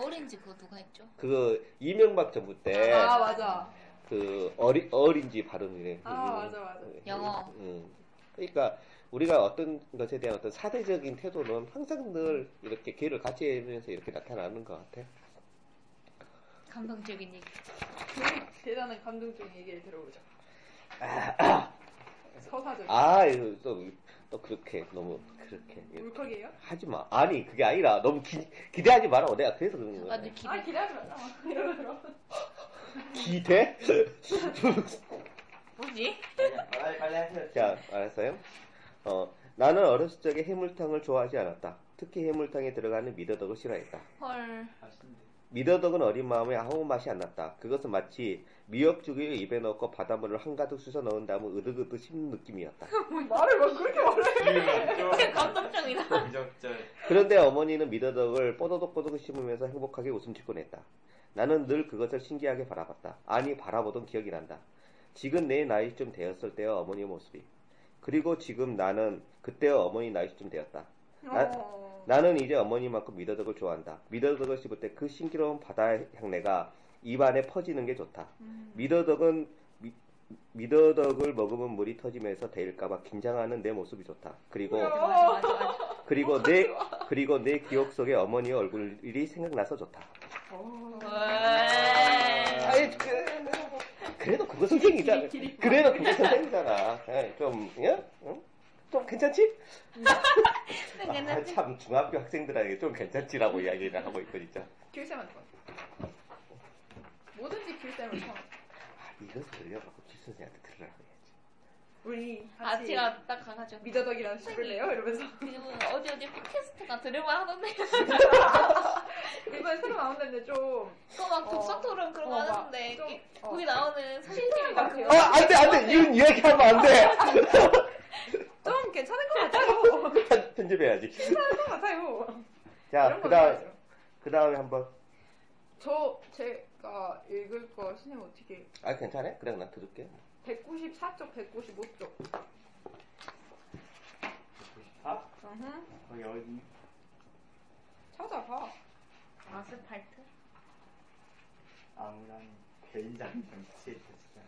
Speaker 5: 오렌지 그거 누가 했죠?
Speaker 4: 그 이명박 정부 때
Speaker 3: 아, 맞아.
Speaker 4: 그 어리, 어린지 발음이래.
Speaker 3: 아,
Speaker 4: 음.
Speaker 3: 맞아, 맞아.
Speaker 5: 영어.
Speaker 4: 음. 그러니까 우리가 어떤 것에 대한 어떤 사대적인 태도는 항상 늘 이렇게 길을 같이 해면서 이렇게 나타나는 것 같아.
Speaker 5: 감성적인 얘기.
Speaker 3: 되게 그 대단한 감동적인
Speaker 4: [COUGHS]
Speaker 3: 얘기를 들어보자. 서사적인.
Speaker 4: 아, 이거 또, 또 그렇게 너무 그렇게
Speaker 3: 울컥이에요?
Speaker 4: 하지 마. 아니 그게 아니라 너무 기, 기대하지 마라. 내가 그래서 그런 거야. 네.
Speaker 5: 아, 근 기대.
Speaker 3: 아, 기대하지 말라. 이러면서. [LAUGHS]
Speaker 4: 기대?
Speaker 5: 뭐지?
Speaker 6: 빨리 빨리 하세요.
Speaker 4: 자, 알았어요. 어, 나는 어렸을 적에 해물탕을 좋아하지 않았다. 특히 해물탕에 들어가는 미더덕을 싫어했다.
Speaker 5: 헐.
Speaker 6: 아쉽네.
Speaker 4: 미더덕은 어린 마음에 아무 맛이 안 났다. 그것은 마치 미역죽을 입에 넣고 바닷물을 한가득 쑤셔 넣은 다음 으득으득 씹는 느낌이었다.
Speaker 3: 말을 막 그렇게 말해.
Speaker 5: 감성적이다.
Speaker 6: 기적절.
Speaker 4: 그런데 어머니는 미더덕을 뽀도독뽀도독 씹으면서 행복하게 웃음 짓곤 했다. 나는 늘 그것을 신기하게 바라봤다. 아니 바라보던 기억이 난다. 지금 내 나이쯤 되었을 때의 어머니의 모습이. 그리고 지금 나는 그때의 어머니 나이쯤 되었다. 나-
Speaker 3: 어.
Speaker 4: 나는 이제 어머니만큼 미더덕을 좋아한다. 미더덕을 씹을 때 그 신기로운 바다 향내가 입안에 퍼지는 게 좋다. 미더덕은 미, 미더덕을 먹으면 물이 터지면서 데일까봐 긴장하는 내 모습이 좋다. 그리고
Speaker 5: 맞아, 맞아, 맞아.
Speaker 4: 그리고 내 그리고 내 기억 속에 어머니의 얼굴이 생각나서 좋다.
Speaker 3: 네.
Speaker 5: 헐.
Speaker 4: 아이 그, 그래도 그거 선생이잖아. 그래도 그거 선생이잖아. 에이, 좀 예? 응? 좀 괜찮지? [LAUGHS] 아,
Speaker 5: 괜찮지?
Speaker 4: 참 중학교 학생들에게 좀 괜찮지라고 이야기를 하고 있거 진짜.
Speaker 3: 길쌤한테 봐. 뭐든지 길쌤을 쳐.
Speaker 4: 아, 이것을 들려갖고 기선생한테 들으라고 해야지.
Speaker 3: 우리
Speaker 5: 아,
Speaker 3: 같이
Speaker 5: 제가 딱 가가지고.
Speaker 3: 미더덕이랑 죽을래요? 이러면서. [LAUGHS]
Speaker 5: 그리고 어디 어디 팟캐스트가 들을만 하던데.
Speaker 3: 이번에 새로 나온다는데 좀.
Speaker 5: 그거 어, 막 독서 토론 그런 거
Speaker 3: 어, 막
Speaker 5: 하는데.
Speaker 3: 좀,
Speaker 5: 이렇게
Speaker 3: 어.
Speaker 5: 거기 나오는 사진집이 막 그거.
Speaker 4: 아, 안 돼, 안 돼! 이런 이야기 하면 안 돼!
Speaker 3: 좀 괜찮은 것 같아요.
Speaker 4: [LAUGHS]
Speaker 3: [LAUGHS]
Speaker 4: 편- 편집해야지.
Speaker 3: 괜찮은 것 같아요.
Speaker 4: 자,
Speaker 3: 이런
Speaker 4: 그
Speaker 3: 거
Speaker 4: 다음,
Speaker 3: 좋아하죠.
Speaker 4: 그 다음에 한 번.
Speaker 3: 저 제가 읽을 거 신임 어떻게
Speaker 4: 아, 괜찮아? 그래, 나 들을게.
Speaker 3: 194쪽, 195쪽.
Speaker 6: 아?
Speaker 3: 으흠.
Speaker 6: 거기 어디?
Speaker 3: 찾아봐.
Speaker 5: 아스팔트?
Speaker 6: 아무런 개인장 정치했어 진짜.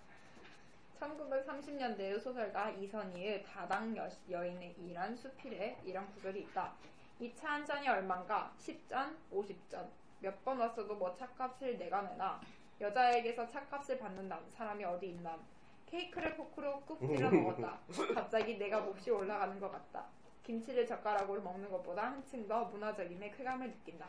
Speaker 3: 1930년대의 소설가 이선희의 다당 여, 여인의 이란 수필에 이런 구절이 있다. 이 차 한 잔이 얼만가? 10잔, 50잔. 몇 번 왔어도 뭐 차값을 내가 내나. 여자에게서 차값을 받는다. 사람이 어디 있나. 케이크를 포크로 꾹 찔러 먹었다. 갑자기 내가 몹시 올라가는 것 같다. 김치를 젓가락으로 먹는 것보다 한층 더 문화적임에 쾌감을 느낀다.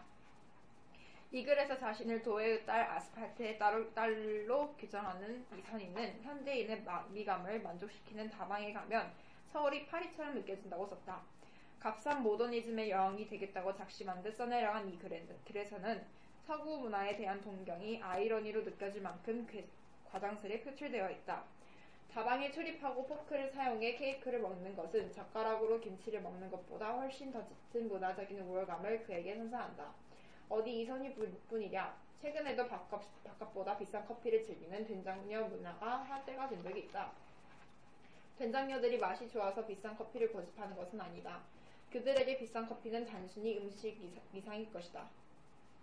Speaker 3: 이 글에서 자신을 도의 딸 아스팔트의 딸로, 딸로 규정하는 이선희는 현대인의 마- 미감을 만족시키는 다방에 가면 서울이 파리처럼 느껴진다고 썼다. 값싼 모더니즘의 여왕이 되겠다고 작심한 듯 써내려간 이 글에- 글에서는 서구 문화에 대한 동경이 아이러니로 느껴질 만큼 괴- 과장스레 표출되어 있다. 다방에 출입하고 포크를 사용해 케이크를 먹는 것은 젓가락으로 김치를 먹는 것보다 훨씬 더 짙은 문화적인 우월감을 그에게 선사한다. 어디 이선이 뿐- 뿐이랴. 최근에도 밥값, 밥값보다 비싼 커피를 즐기는 된장녀 문화가 한때가 된 적이 있다. 된장녀들이 맛이 좋아서 비싼 커피를 고집하는 것은 아니다. 그들에게 비싼 커피는 단순히 음식 이상- 이상일 것이다.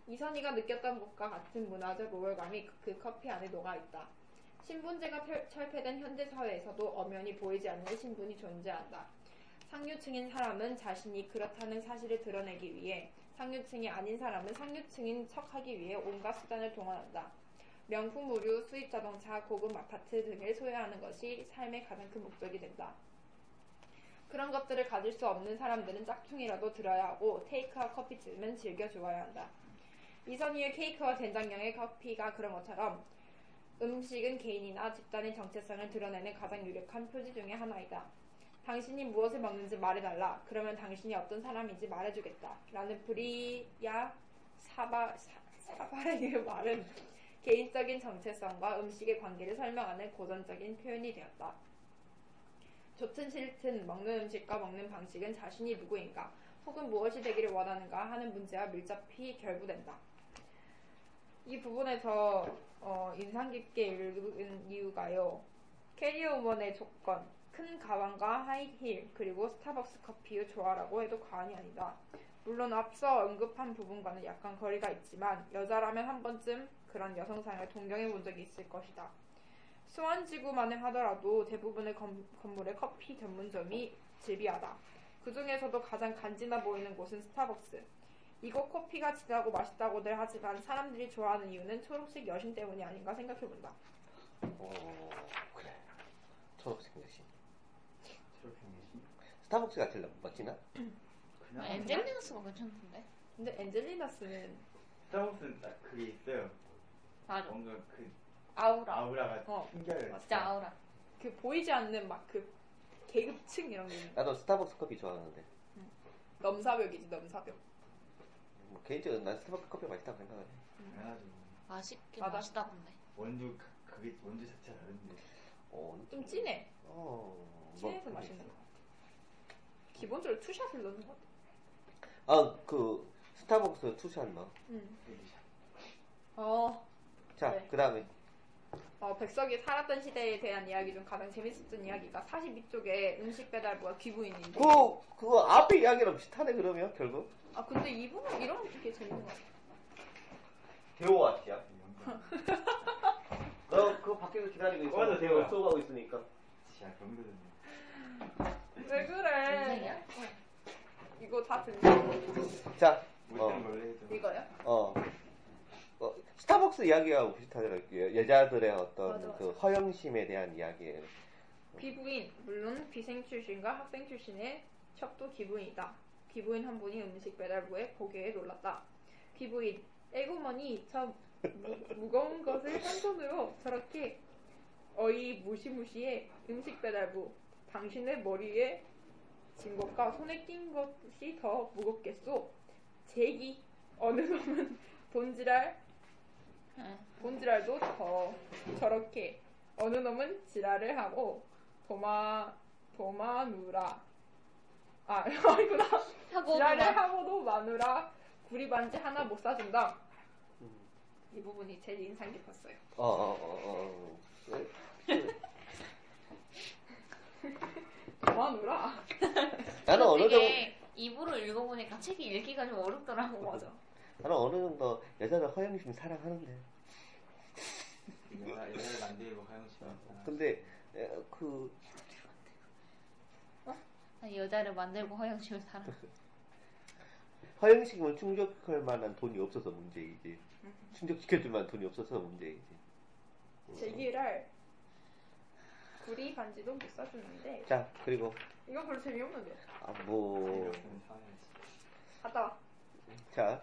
Speaker 3: 이선희가 느꼈던 것과 같은 문화적 우월감이 그- 그 커피 안에 녹아있다. 신분제가 펼- 철폐된 현대 사회에서도 엄연히 보이지 않는 신분이 존재한다. 상류층인 사람은 자신이 그렇다는 사실을 드러내기 위해 상류층이 아닌 사람은 상류층인 척하기 위해 온갖 수단을 동원한다. 명품 의류, 수입 자동차, 고급 아파트 등을 소유하는 것이 삶의 가장 큰 목적이 된다. 그런 것들을 가질 수 없는 사람들은 짝퉁이라도 들어야 하고 테이크와 커피집은 즐겨 좋아야 한다. 이선희의 케이크와 된장형의 커피가 그런 것처럼 음식은 개인이나 집단의 정체성을 드러내는 가장 유력한 표지 중의 하나이다. 당신이 무엇을 먹는지 말해달라. 그러면 당신이 어떤 사람인지 말해주겠다. 라는 브리야 사바, 사, 사바라의 [LAUGHS] 말은 개인적인 정체성과 음식의 관계를 설명하는 고전적인 표현이 되었다. 좋든 싫든 먹는 음식과 먹는 방식은 자신이 누구인가 혹은 무엇이 되기를 원하는가 하는 문제와 밀접히 결부된다. 이 부분에서 어, 인상 깊게 읽은 이유가요. 캐리어 우먼의 조건, 큰 가방과 하이힐, 그리고 스타벅스 커피의 조화라고 해도 과언이 아니다. 물론 앞서 언급한 부분과는 약간 거리가 있지만 여자라면 한 번쯤 그런 여성상을 동경해 본 적이 있을 것이다. 수원지구만을 하더라도 대부분의 건, 건물의 커피 전문점이 즐비하다. 그 중에서도 가장 간지나 보이는 곳은 스타벅스. 이곳 커피가 진하고 맛있다고들 하지만 사람들이 좋아하는 이유는 초록색 여신 때문이 아닌가 생각해본다.
Speaker 4: 오, 그래. 초록색 여신.
Speaker 6: 저렇게 내시
Speaker 4: 스타벅스 같은 데 멋지나?
Speaker 6: 그냥
Speaker 5: 아, 엔젤리너스가 괜찮던데?
Speaker 3: 근데 엔젤리나스는
Speaker 6: 스타벅스는 딱 그게 있어요.
Speaker 5: 맞아.
Speaker 6: 뭔가 그
Speaker 5: 아우라.
Speaker 6: 아우라가
Speaker 3: 어.
Speaker 6: 신기해요.
Speaker 5: 진짜 아우라.
Speaker 3: 그 보이지 않는 막 그 계급층 이런 게 있는
Speaker 4: 나도 스타벅스 커피 좋아하는데.
Speaker 3: 넘사벽이지 넘사벽
Speaker 4: 뭐 개인적으로 난 스타벅스 커피 맛있다고 생각해.
Speaker 6: 당연하죠.
Speaker 5: 맛있긴
Speaker 3: 맞아.
Speaker 5: 맛있다던데.
Speaker 6: 원두 그- 그게 원두 자체가 다른데.
Speaker 4: 어,
Speaker 3: 좀 진해
Speaker 4: 어,
Speaker 3: 진해서
Speaker 4: 뭐,
Speaker 3: 맛있는 거 같아 기본적으로 투샷을 넣는 것 같아
Speaker 4: 아, 그, 스타벅스 투샷 뭐.
Speaker 3: 음.
Speaker 6: 그게 샤-
Speaker 3: 어,
Speaker 4: 자,
Speaker 3: 네.
Speaker 4: 그 다음에.
Speaker 3: 어, 백석이 살았던 시대에 대한 이야기 중 가장 재밌었던 이야기가 42쪽에 음식 배달부와 귀부인인
Speaker 4: 그, 그거 앞에 이야기랑 비슷하네, 그러면, 결국.
Speaker 3: 아 근데 이분은 이런 게 되게 재밌는 것 같아
Speaker 4: 대호 아티야.
Speaker 6: 영감.
Speaker 4: 너, 그거 밖에서 기다리고 있어.
Speaker 6: 맞아, 대호야.
Speaker 4: 쏘가고 있으니까.
Speaker 6: 진짜 그런 거잖아요.
Speaker 3: 왜 그래
Speaker 5: 인생이야?
Speaker 3: 이거 다 들려
Speaker 4: 자,
Speaker 6: 못된
Speaker 4: 어,
Speaker 6: 걸로 해줘.
Speaker 3: 이거요?
Speaker 4: 어. 어, 스타벅스 이야기하고 비슷하더라고요. 그 여자들의 어떤
Speaker 3: 맞아, 맞아.
Speaker 4: 그 허영심에 대한 이야기예요.
Speaker 3: 귀부인 물론 비생 출신과 학생 출신의 척도 귀부인이다. 귀부인 한 분이 음식 배달부의 고개에 놀랐다. 귀부인 애고머니 저 무- 무거운 것을 한 손으로 저렇게 어이 무시무시해 음식 배달부 당신의 머리에 진 것과 손에 낀 것이 더 무겁겠소 제기 어느 놈은 본지랄
Speaker 5: 응.
Speaker 3: 본지랄도 더 저렇게 어느 놈은 지랄을 하고 도마 도마누라 아 [LAUGHS] 아니구나
Speaker 5: 하고
Speaker 3: 지랄을
Speaker 5: 그만.
Speaker 3: 하고도 마누라 구리 반지 하나 못 사준다 이 부분이 제일 인상 깊었어요
Speaker 4: 어, 어, 어, 어. 어.
Speaker 3: 도마누라
Speaker 4: 나는 어느 정도,
Speaker 5: 되게 입으로 읽어보니까 책이 읽기가 좀 어렵더라고.
Speaker 3: 맞아
Speaker 4: 나는 어느 정도 여자를 허영심 사랑하는데.
Speaker 6: 여자 여자를 만들고 하영 씨가.
Speaker 4: 아, 근데, 에, 그,
Speaker 5: 난 여자를 만들고 허영심을 사랑.
Speaker 4: 허영심을 충족할 만한 돈이 없어서 문제이지. 충족시켜줄 만한 돈이 없어서 문제이지.
Speaker 3: 제기랄 구리 반지도 못 사주는데
Speaker 4: 자, 그리고,
Speaker 3: 이거 별로 재미없는데
Speaker 4: 아, 뭐,
Speaker 6: 이렇게는 사야지.
Speaker 3: 갔다 와
Speaker 4: 자,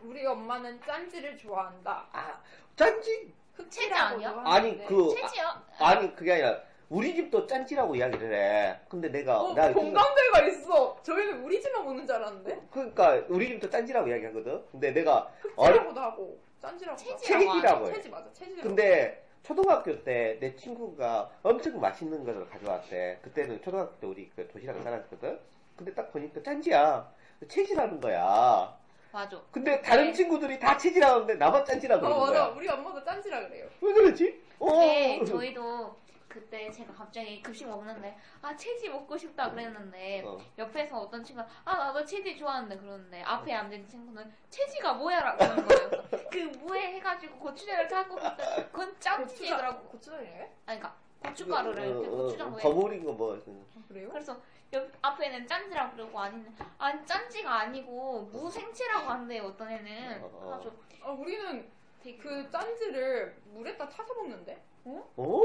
Speaker 3: 우리 엄마는 짠지를 좋아한다
Speaker 4: 아, 짠지!
Speaker 5: 흑채지
Speaker 3: 흑채라고도
Speaker 5: 아니야?
Speaker 3: 하는데.
Speaker 4: 아니, 그,
Speaker 5: 채지야?
Speaker 4: 아니, 그게 아니라, 우리 집도 짠지라고 이야기를 해. 근데 내가,
Speaker 3: 어,
Speaker 4: 나,
Speaker 3: 공감대가 있어 저희는 우리 집만 먹는 줄 알았는데
Speaker 4: 그러니까, 우리 집도 짠지라고 이야기하거든? 근데 내가, 어리,
Speaker 3: 흑채라고도 하고 짠지라고도 하고
Speaker 5: 채지라고
Speaker 4: 채지라고 해.
Speaker 3: 채지 맞아 채지라고
Speaker 4: 근데, 초등학교 때 내 친구가 엄청 맛있는 것을 가져왔대. 그때는 초등학교 때 우리 그 도시락을 싸놨거든? 근데 딱 보니까 짠지야. 체질하는 거야.
Speaker 5: 맞아.
Speaker 4: 근데 다른
Speaker 5: 네.
Speaker 4: 친구들이 다 체질하는데 나만 짠지라
Speaker 3: 어
Speaker 4: 그러는
Speaker 3: 맞아
Speaker 4: 거야.
Speaker 3: 우리 엄마도 짠지라 그래요
Speaker 4: 왜 그러지? 어.
Speaker 5: 그때 네, 저희도 그때 제가 갑자기 급식 먹는데 아 체지 먹고 싶다 그랬는데
Speaker 4: [LAUGHS] 어.
Speaker 5: 옆에서 어떤 친구가 아 나도 체지 좋아하는데 그러는데 앞에 앉은 친구는 체지가 뭐야라 그러는 거예요. 그 뭐해 해가지고 고추장을 짜고 그때 그건
Speaker 3: 아,
Speaker 5: 짬치더라고.
Speaker 3: 고추장이에요?
Speaker 5: 아니 그러니까 고춧가루를 이렇게
Speaker 4: 어, 어,
Speaker 5: 고추장 뭐에
Speaker 4: 버무린 거 뭐.
Speaker 3: 아, 그래요?
Speaker 5: 그래서 옆 앞에는 짠지라고 그러고 아니는 아니 짠지가 아니고 무생채라고 한대요 어떤 애는.
Speaker 4: 어.
Speaker 5: 아주
Speaker 3: 아 우리는
Speaker 5: 되게
Speaker 3: 그 짠지를 물에다 타서 먹는데
Speaker 4: 어?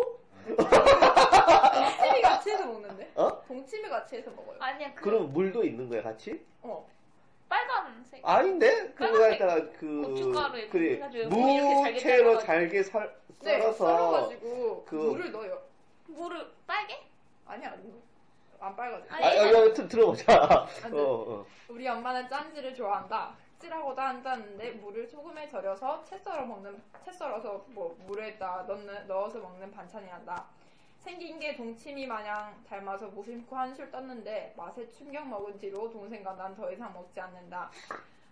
Speaker 3: 동치미 같이 해서 먹는데
Speaker 4: 어?
Speaker 3: 어? 동치미 같이 해서 먹어요
Speaker 5: 아니야 그
Speaker 4: 그럼 물도 있는 거야 같이?
Speaker 3: 어
Speaker 5: 빨간색
Speaker 4: 아닌데 그거에
Speaker 5: 빨간색
Speaker 4: 따라 그
Speaker 5: 고춧가루에
Speaker 4: 그래
Speaker 5: 해가지고 이렇게 잘게
Speaker 4: 무채로
Speaker 5: 잘라가지고.
Speaker 4: 잘게 살,
Speaker 3: 네,
Speaker 4: 썰어서
Speaker 3: 썰어가지고
Speaker 4: 그-
Speaker 3: 물을 넣어요
Speaker 5: 물을 빨개?
Speaker 3: 아니 아니 안 빨가져
Speaker 4: 아, 아, 여튼 들어보자.
Speaker 3: 안
Speaker 4: 어,
Speaker 3: 돼.
Speaker 4: 어.
Speaker 3: 우리 엄마는 짠지를 좋아한다. 찌라고도 한다는데 물을 소금에 절여서 채 썰어 먹는 채 썰어서 뭐 물에다 넣는 넣어서 먹는 반찬이란다. 생긴 게 동치미 마냥 닮아서 무심코 한술 떴는데 맛에 충격 먹은 뒤로 동생과 난 더 이상 먹지 않는다.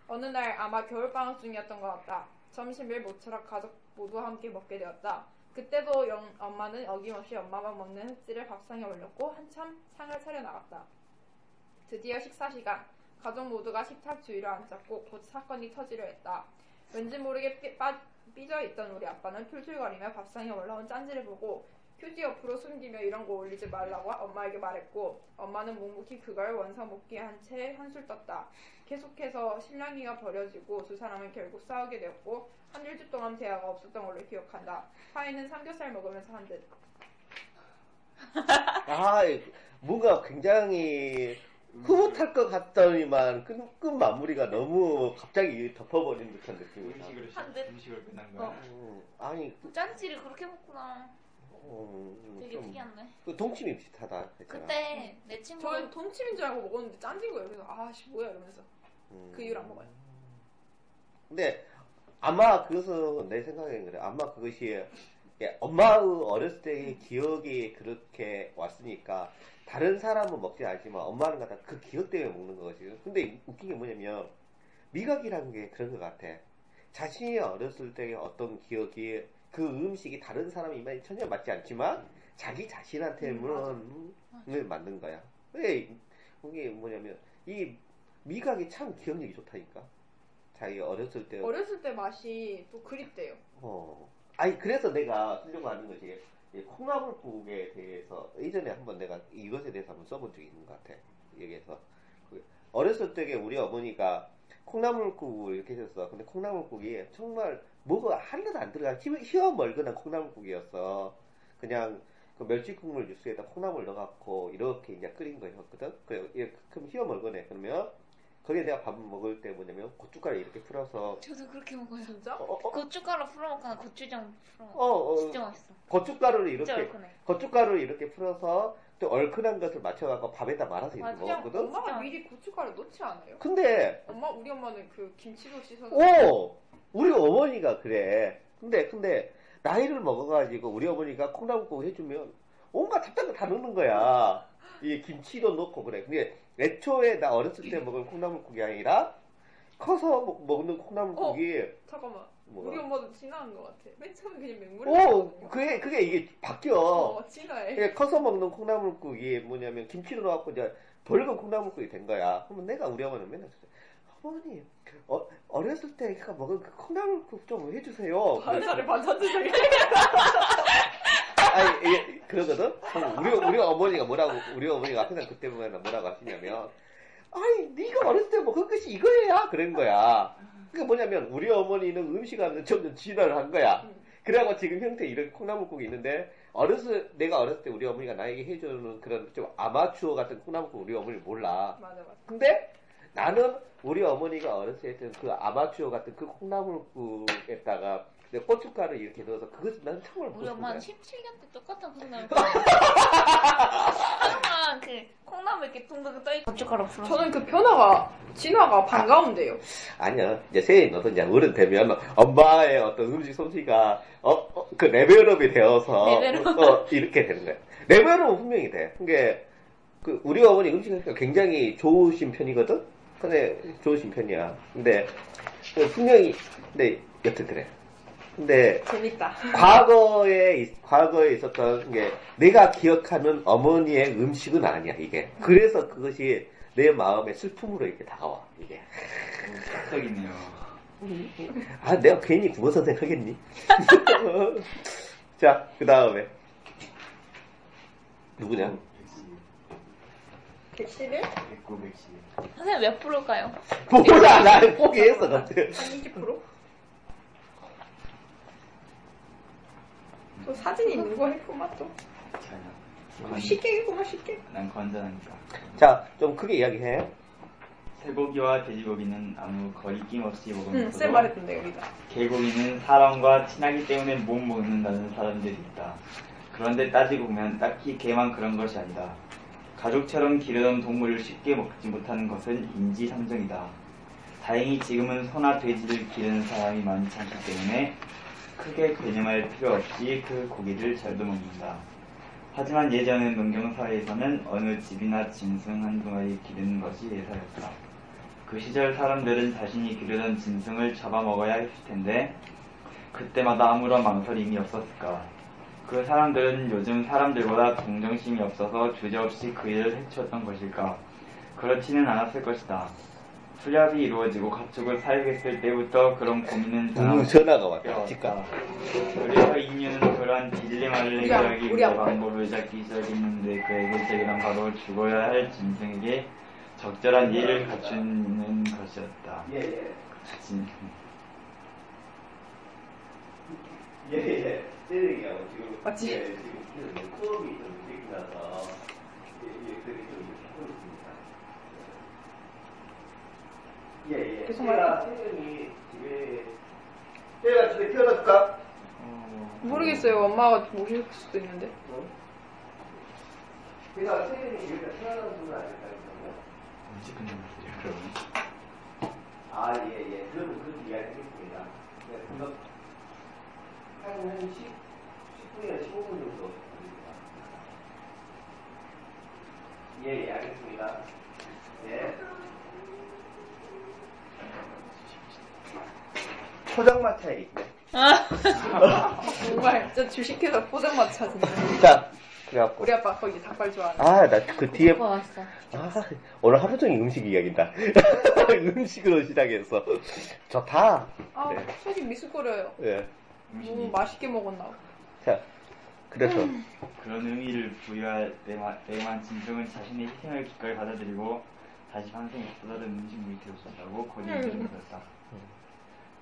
Speaker 3: 어느 날 아마 겨울방학 중이었던 것 같다. 점심을 모처럼 가족 모두 함께 먹게 되었다. 그때도 영- 엄마는 어김없이 엄마만 먹는 흑지를 밥상에 올렸고 한참 상을 차려 나갔다. 드디어 식사 시간. 가족 모두가 식탁 주위로 앉았고 곧 사건이 터지려 했다. 왠지 모르게 삐, 빠, 삐져있던 우리 아빠는 툴툴거리며 밥상에 올라온 짠지를 보고 휴지 옆으로 숨기며 이런 거 올리지 말라고 엄마에게 말했고 엄마는 묵묵히 그걸 원사목기 한 채 한술 떴다. 계속해서 실랑이가 벌어지고 두 사람은 결국 싸우게 되었고 한 일주 동안 대화가 없었던 걸로 기억한다. 파이는 삼겹살 먹으면서 한 듯.
Speaker 4: 아, 뭔가 굉장히 흐뭇할 것 같더니만 끝, 끝 마무리가 너무 갑자기 덮어버린 듯한 느낌이다.
Speaker 6: 음식으로
Speaker 5: 안 돼.
Speaker 6: 음식을 끝난 거야.
Speaker 4: 음, 아니,
Speaker 5: 짠지를 그렇게 먹구나.
Speaker 4: 어,
Speaker 5: 되게
Speaker 4: 좀
Speaker 5: 특이한데.
Speaker 4: 그 동치미 비슷하다 했잖아.
Speaker 5: 그때 내 친구
Speaker 3: 저는 뭐 동치미인 줄 알고 먹었는데 짠진 거예요. 그래서 아씨 뭐야 이러면서
Speaker 4: 음.
Speaker 3: 그 이유를 안 먹어요.
Speaker 4: 근데 아마 그것은 내 생각엔 그래. 아마 그것이 예, 엄마의 어렸을 때의 기억이 그렇게 왔으니까 다른 사람은 먹지 않지만 엄마는 갖다 그 기억 때문에 먹는 거거든. 근데 웃긴 게 뭐냐면 미각이라는 게 그런 것 같아. 자신이 어렸을 때의 어떤 기억이 그 음식이 다른 사람 입맛에 전혀 맞지 않지만 자기 자신한테는 을 만든 거야. 왜 그게 뭐냐면 이 미각이 참 기억력이 좋다니까. 자기 어렸을 때
Speaker 3: 어렸을 때 맛이 또 그립대요.
Speaker 4: 어. 아니, 그래서 내가 쓰려고 하는 거지. 이 콩나물국에 대해서, 이전에 한번 내가 이것에 대해서 한번 써본 적이 있는 것 같아. 얘기해서. 그 어렸을 적에 우리 어머니가 콩나물국을 이렇게 해줬어. 근데 콩나물국이 정말 뭐가 하나도 안 들어가. 히- 희어 멀건한 콩나물국이었어. 그냥 그 멸치국물 육수에다 콩나물 넣어갖고 이렇게 이제 끓인 거였거든. 그래, 이렇게 그럼 희어 멀건해. 그러면 거기에 내가 밥 먹을 때 뭐냐면 고춧가루 이렇게 풀어서
Speaker 5: 저도 그렇게 먹어요.
Speaker 3: 진짜?
Speaker 4: 어, 어, 어,
Speaker 5: 고춧가루 풀어 먹거나 고추장 풀어 먹.
Speaker 4: 어, 어.
Speaker 5: 진짜 맛있어.
Speaker 4: 고춧가루를
Speaker 5: 진짜
Speaker 4: 이렇게 어,
Speaker 5: 얼큰해.
Speaker 4: 고춧가루를 이렇게 풀어서 또 얼큰한 것을 맞춰갖고 밥에다 말아서 이렇게
Speaker 5: 맞아.
Speaker 3: 뭐 그냥
Speaker 4: 먹었거든.
Speaker 3: 엄마가 미리 고춧가루 넣지 않아요?
Speaker 4: 근데
Speaker 3: 엄마 우리 엄마는 그 김치도 씻어서
Speaker 4: 오 우리 어머니가 그래. 근데 근데 나이를 먹어가지고 우리 어머니가 콩나물국 해주면 온갖 잡다한 거다 넣는 거야. 이 김치도 넣고 그래. 근데 애초에 나 어렸을 때 먹은 콩나물국이 아니라 커서 먹- 먹는 콩나물국이
Speaker 5: 어,
Speaker 3: 잠깐만 우리
Speaker 4: 뭐가?
Speaker 3: 엄마도 진화한 것 같아. 맨 처음에 그냥 맹물에
Speaker 4: 오
Speaker 3: 넣었거든요.
Speaker 4: 그게 그게 이게 바뀌어.
Speaker 3: 어 진화해.
Speaker 4: 예, 커서 먹는 콩나물국이 뭐냐면 김치로 넣어갖고 이제 벌건 콩나물국이 된 거야. 그러면 내가 우리 어머니는 맨날 그래. 어머니 어, 어렸을 때 제가 먹은 그 콩나물국 좀 해주세요.
Speaker 3: [LAUGHS] 반찬을 반찬 주세요.
Speaker 4: 아니 예, 그러거든. 그럼 우리 우리 어머니가 뭐라고 우리 어머니가 항상 그때 보면 뭐라고 하시냐면 아니 네가 어렸을 때 먹은 것이 그러니까 이거야 그런 거야. 그게 뭐냐면 우리 어머니는 음식하면 점점 진화를 한 거야. 그래갖고 지금 형태 이런 콩나물국이 있는데 어렸을 내가 어렸을 때 우리 어머니가 나에게 해주는 그런 좀 아마추어 같은 콩나물국 우리 어머니 몰라.
Speaker 3: [LAUGHS] 맞아 맞아.
Speaker 4: 근데 나는 우리 어머니가 어렸을 때 그 아마추어 같은 그 콩나물국에다가 내 고춧가루 이렇게 넣어서 그것을 나는 정말
Speaker 5: 우리
Speaker 4: 먹었거든.
Speaker 5: 엄마는 17년 때 똑같은 콩나물 항상 그 콩나물 이렇게 둥둥 떠있고 고춧가루 풀어
Speaker 3: 저는 그 변화가 진화가 반가운데요.
Speaker 4: 아니야. 이제 세인 어떤 이제 어른 되면 엄마의 어떤 음식 솜씨가 어, 어, 그 레벨업이 되어서
Speaker 5: 레벨업.
Speaker 4: 어, 이렇게 되는 거야. 레벨업은 분명히 돼. 그게 그 우리 어머니 음식이 굉장히 좋으신 편이거든. 근데 좋으신 편이야. 근데 그 분명히 근데 여튼 그래. 근데
Speaker 3: 재밌다.
Speaker 4: 과거에 있- 과거에 있었던 게 내가 기억하는 어머니의 음식은 아니야 이게. 그래서 그것이 내 마음에 슬픔으로 이렇게 다가와 이게.
Speaker 6: 적이네요.
Speaker 4: 아, 내가 괜히 구본선생 하겠니? [LAUGHS] 자, 그 다음에. 누구냐?
Speaker 3: 111?
Speaker 6: 109, 110.
Speaker 5: 선생님 몇 프로일까요?
Speaker 4: 몰라, 나 포기했어, 나.
Speaker 3: 한 20%? 저 사진 있는 거 했구만 또.
Speaker 6: 잘나.
Speaker 4: 아,
Speaker 3: 쉽게 했구만 쉽게.
Speaker 6: 난 건전하니까.
Speaker 4: 자, 좀 크게 이야기해.
Speaker 6: 쇠고기와 돼지고기는 아무 거리 낌 없이
Speaker 3: 응,
Speaker 6: 먹으면서
Speaker 3: 쌤 말했던데 여기다.
Speaker 6: 개고기는 사람과 친하기 때문에 못 먹는다는 사람들이 있다. 그런데 따지고 보면 딱히 개만 그런 것이 아니다. 가족처럼 기르던 동물을 쉽게 먹지 못하는 것은 인지상정이다. 다행히 지금은 소나 돼지를 기르는 사람이 많지 않기 때문에 크게 개념할 필요 없이 그 고기를 잘도 먹는다. 하지만 예전의 농경사회에서는 어느 집이나 짐승 한 동아리 기르는 것이 예사였다. 그 시절 사람들은 자신이 기르던 짐승을 잡아먹어야 했을 텐데 그때마다 아무런 망설임이 없었을까. 그 사람들은 요즘 사람들보다 동정심이 없어서 주저없이 그 일을 해쳤던 것일까. 그렇지는 않았을 것이다. 수렵이 이루어지고 가축을 사육했을 때부터 그런 고민은
Speaker 4: 누구
Speaker 6: 사람들에게
Speaker 4: 음, 전화가 왔다, 집가.
Speaker 6: 없다. 그래서 인류는 그러한 딜레마를
Speaker 3: 우리 안-
Speaker 6: 해결하기
Speaker 3: 우리 안
Speaker 6: 위해 방법을 찾기 시작했는데 그 해결책이란 바로 죽어야 할 짐승에게 적절한 예를 갖추는 것이었다. 진-
Speaker 4: 예, 예. 쟤들이야, 지금.
Speaker 3: 맞지?
Speaker 4: 예, 지금 수업이 좀 늦게 나서. 예, 예, 그게 좀 이렇게 하고 있습니다. 예, 예.
Speaker 3: 계속
Speaker 4: 제가
Speaker 3: 말해.
Speaker 4: 쟤들이 집에. 쟤가 집에 태어났을까?
Speaker 6: 어,
Speaker 3: 모르겠어요. 엄마가 모실 수도 있는데.
Speaker 4: 제가 쟤들이 일단 태어난 분은 아닐까요?
Speaker 6: 언제 끝나겠어요, 그러면?
Speaker 4: 아, 예, 예. 그럼 그 이야기 하겠습니다. 네, 그럼 한 10, 10분이나 15분 정도 됩니다. 예, 예, 알겠습니다. 예. 포장마차에 있네.
Speaker 3: 정말 진짜 주식회사 포장마차 진짜.
Speaker 4: 자, 그래갖고.
Speaker 3: 우리 아빠 거기 닭발 좋아하는.
Speaker 4: 아, 나 그 뒤에,
Speaker 5: 오빠 왔어
Speaker 4: 아, 오늘 하루 종일 음식 이야기다. [LAUGHS] 음식으로 시작했어. 좋다.
Speaker 3: 아,
Speaker 4: 네.
Speaker 3: 속이 미스거려요.
Speaker 4: 예.
Speaker 3: 너무 맛있게 먹었나. 봐.
Speaker 4: 자, 그렇죠. 그래서.
Speaker 6: 그런 의미를 부여할 때만, 때만 진정은 자신의 희생을 기꺼이 받아들이고 다시 환생에 쏟아든 음식물이 되었다고 고집을 내렸다.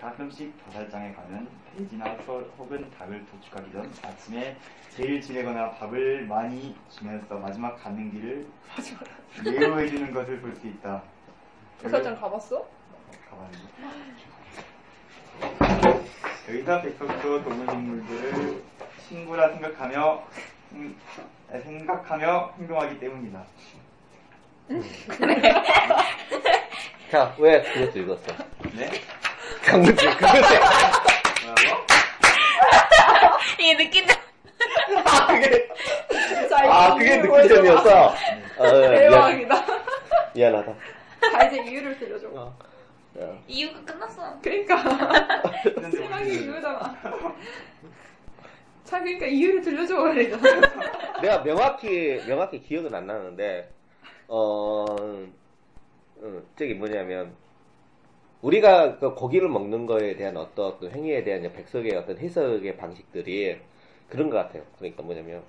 Speaker 6: 가끔씩 도살장에 가면 돼지나 소 혹은 닭을 도축하기 전 아침에 제일 지내거나 밥을 많이 주면서 마지막 가는 길을 예우해주는 것을 볼 수 있다.
Speaker 3: 도살장 가봤어?
Speaker 6: 가만히. 여기서 백석도 동물인물들을 친구라 생각하며 음, 생각하며 행동하기 때문이다.
Speaker 4: 자, 왜 그것도 읽었어?
Speaker 6: 네?
Speaker 4: 강문지, 그것도
Speaker 6: 뭐라고?
Speaker 5: 이게 느낀다
Speaker 4: 아, 그게,
Speaker 3: 자,
Speaker 4: 아,
Speaker 3: 이제
Speaker 4: 그게
Speaker 3: 이유를 보여줘봐.
Speaker 4: 느끼점이었어? 어, 미안,
Speaker 3: 대박이다.
Speaker 4: 미안하다.
Speaker 3: 자, 이제 이유를 들려줘.
Speaker 4: 어. 어.
Speaker 5: 이유가 끝났어
Speaker 3: 그러니까.
Speaker 4: [LAUGHS]
Speaker 3: 세상에 이유잖아. 자, 그러니까 이유를 들려줘. 그러니까.
Speaker 4: 내가 명확히, 명확히 기억은 안 나는데, 어, 어, 저기 뭐냐면, 우리가 그 고기를 먹는 거에 대한 어떤, 어떤 행위에 대한 이제 백석의 어떤 해석의 방식들이 그런 것 같아요. 그러니까 뭐냐면,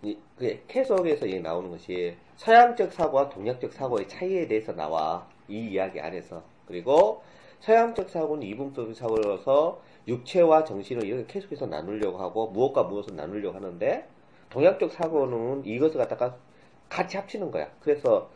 Speaker 4: 이, 그 해석에서 얘기 나오는 것이 서양적 사고와 동양적 사고의 차이에 대해서 나와. 이 이야기 안에서. 그리고 서양적 사고는 이분법의 사고로서 육체와 정신을 이렇게 계속해서 나누려고 하고 무엇과 무엇을 나누려고 하는데 동양적 사고는 이것을 갖다가 같이 합치는 거야. 그래서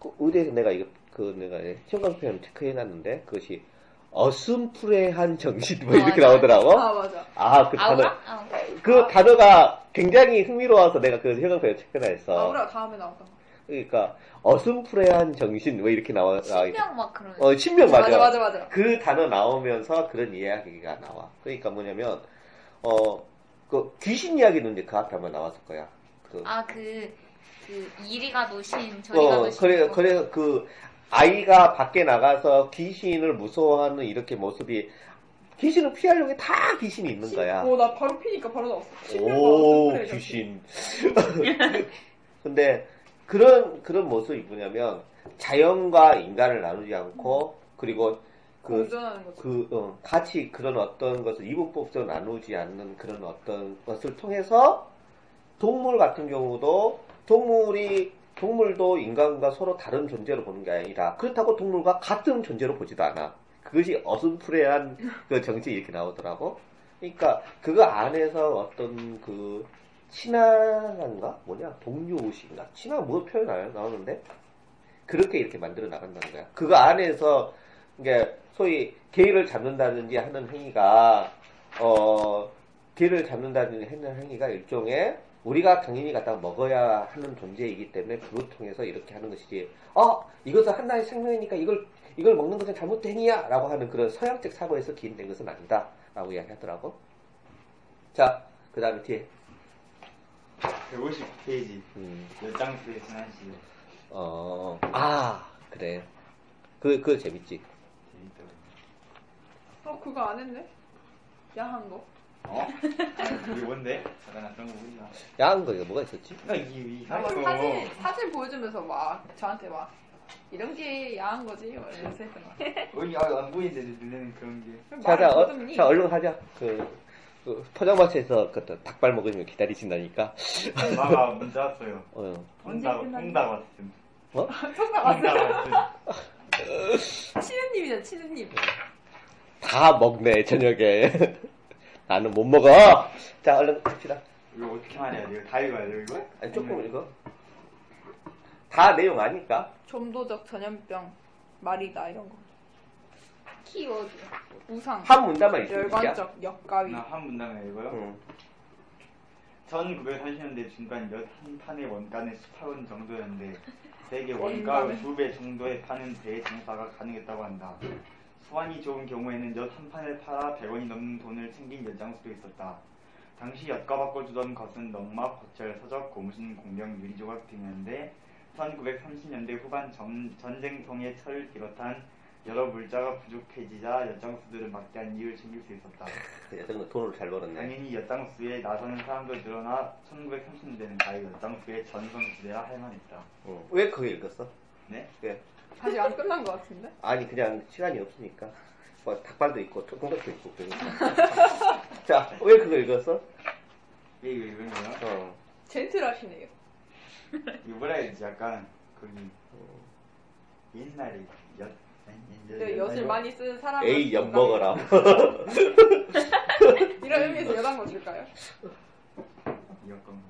Speaker 4: 그 의대에서 내가 이거 그 내가 시험관 표현 체크해놨는데 그것이 어슴푸레한 정신 뭐 이렇게
Speaker 5: 맞아.
Speaker 4: 나오더라고.
Speaker 3: 아 맞아.
Speaker 4: 아그 단어
Speaker 5: 아우라? 아,
Speaker 4: 그 단어가 굉장히 흥미로워서 내가 그 시험관 표현 체크해놨어.
Speaker 3: 아우라 다음에 나왔던 거.
Speaker 4: 그러니까 어슴푸레한 정신 왜 이렇게 나와?
Speaker 5: 신명 막 그런.
Speaker 4: 어 신명 맞아.
Speaker 3: 맞아 맞아 맞아.
Speaker 4: 그 단어 나오면서 그런 이야기가 나와. 그러니까 뭐냐면, 어, 그 귀신 이야기는 이제 그 앞에 한번 나왔을 거야. 그,
Speaker 5: 아그 그 이리가 노신 저리가
Speaker 4: 어,
Speaker 5: 노신.
Speaker 4: 그래,
Speaker 5: 그거.
Speaker 4: 그래, 그, 아이가 밖에 나가서 귀신을 무서워하는 이렇게 모습이, 귀신을 피하려고 다 귀신이 있는 거야.
Speaker 3: 오나 바로 피니까 바로 나왔어.
Speaker 4: 오,
Speaker 3: 신명과
Speaker 4: 귀신. [LAUGHS] 근데 그런 그런 모습이 뭐냐면 자연과 인간을 나누지 않고 그리고 그
Speaker 3: 공존하는 거죠.
Speaker 4: 그 어, 같이 그런 어떤 것을 이분법적으로 나누지 않는 그런 어떤 것을 통해서 동물 같은 경우도 동물이 동물도 인간과 서로 다른 존재로 보는 게 아니라 그렇다고 동물과 같은 존재로 보지도 않아. 그것이 어슴푸레한 그 정치 이렇게 나오더라고. 그러니까 그거 안에서 어떤 그 친한가 뭐냐 동료 의식인가 친한 뭐 표현 안 나오는데 그렇게 이렇게 만들어 나간다는 거야. 그거 안에서 이게 그러니까 소위 개를 잡는다든지 하는 행위가 어 개를 잡는다든지 하는 행위가 일종의 우리가 당연히 갖다 먹어야 하는 존재이기 때문에 그걸 통해서 이렇게 하는 것이지. 어 이것은 하나의 생명이니까 이걸 이걸 먹는 것은 잘못된 행위야라고 하는 그런 서양적 사고에서 기인된 것은 아니다라고 이야기하더라고. 자 그다음에 뒤에
Speaker 6: 159페이지
Speaker 4: 음, 어,
Speaker 6: 열장수의 순환 시절
Speaker 4: 어아 그래 그 그거 재밌지.
Speaker 6: 재밌더라고요.
Speaker 3: 어 그거 안 했네. 야한 거.
Speaker 6: 어? 이게 뭔데? 잠깐 나 그런 거 보지 마.
Speaker 4: 야한 거 이거 뭐가 있었지?
Speaker 6: 나 이게
Speaker 4: 뭐
Speaker 3: 아,
Speaker 6: 이상한
Speaker 3: 막
Speaker 6: 거.
Speaker 3: 사진 사진 보여주면서 막 저한테 막 이런 게 야한 거지. 막 이러면서 했던 거.
Speaker 6: 우리 안 보이는데 눈에는 그런 게.
Speaker 4: 자, 자, 어,
Speaker 3: 말을
Speaker 4: 자, 얼른 하자. 그, 그 포장마차에서 그 닭발 먹으면 기다리신다니까.
Speaker 6: 나가 문자 왔어요.
Speaker 4: 어,
Speaker 3: 언제 아,
Speaker 6: 통닭
Speaker 3: 끝났니?
Speaker 6: 통닭 왔음.
Speaker 3: 통닭
Speaker 6: 통닭
Speaker 3: 왔어요.
Speaker 6: 왔음.
Speaker 3: 치느님이잖아 치느님.
Speaker 4: 다 먹네 저녁에. [LAUGHS] 나는 못 먹어. 자, 얼른 합시다.
Speaker 6: 이거 어떻게 말해야 돼요? 다 읽어야 돼요 이거?
Speaker 4: 아니, 조금 읽어. 다 내용 아니까.
Speaker 3: 점도적 전염병 말이다 이런 거.
Speaker 5: 키워드.
Speaker 3: 우상.
Speaker 4: 한 문단만 읽으면 되겠다.
Speaker 3: 열관적 역가위.
Speaker 6: 나한 문단만 읽어요.
Speaker 4: 응.
Speaker 6: 1930년대 중반 몇 한 판의 원가는 18원 정도였는데 대개
Speaker 3: 원가는?
Speaker 6: 원가의 두 배 정도에 파는 대장사가 가능했다고 한다. 소환이 좋은 경우에는 엿 한 판을 팔아 100원이 넘는 돈을 챙긴 연장수도 있었다. 당시 엿과 바꿔주던 것은 넉마, 거철, 서적, 고무신, 공병, 유리조각 등이었는데 1930년대 후반 전, 쟁통의 철을 비롯한 여러 물자가 부족해지자 엿장수들은 막대한 이익을 챙길 수 있었다.
Speaker 4: 그 여자는 돈을 잘 벌었네.
Speaker 6: 당연히 엿장수에 나서는 사람도 늘어나 1930년대는 가히 엿장수의 전성시대라 할 만했다.
Speaker 4: 응. 왜 그거 읽었어?
Speaker 6: 네?
Speaker 3: 아직 안 끝난 것 같은데?
Speaker 4: 아니, 그냥 시간이 없으니까. 뭐, 닭발도 있고, 통닭도 있고,
Speaker 3: [LAUGHS]
Speaker 4: 그러니까. 자, 왜 그거 읽었어?
Speaker 6: 예, 이거 읽은 거요?
Speaker 4: 어.
Speaker 3: 젠틀하시네요.
Speaker 6: 이거 뭐라 해야 되지? 약간 거기 옛날에 엿... 아니, 옛-
Speaker 3: 네, 엿을
Speaker 6: 옛날에
Speaker 3: 많이 쓰는 사람.
Speaker 4: 예, 에이, 엿 먹어라. [LAUGHS]
Speaker 3: 이런 의미에서 엿한 거 줄까요?
Speaker 6: 이었던 거.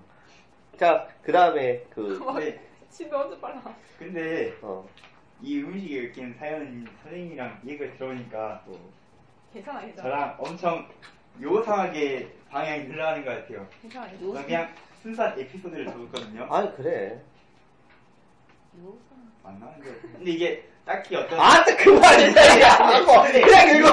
Speaker 4: 자, 그 다음에 그,
Speaker 6: 근데,
Speaker 3: 진짜 언제 뭐, 빨라.
Speaker 6: 네, 근데
Speaker 4: 어,
Speaker 6: 이 음식에 얽힌 사연 선생님이랑 얘기를 들어보니까
Speaker 4: 뭐.
Speaker 3: 괜찮아, 괜찮아.
Speaker 6: 저랑 엄청 요상하게 방향이 흘러가는 것 같아요.
Speaker 3: 괜찮아, 괜찮아.
Speaker 6: 저는 그냥 순수한 에피소드를 적었거든요.
Speaker 4: 아니, 그래.
Speaker 6: 만나는 게 근데 이게 딱히 어떤
Speaker 4: 아, 또 그만이야, 야! 뭐, 그냥 읽어!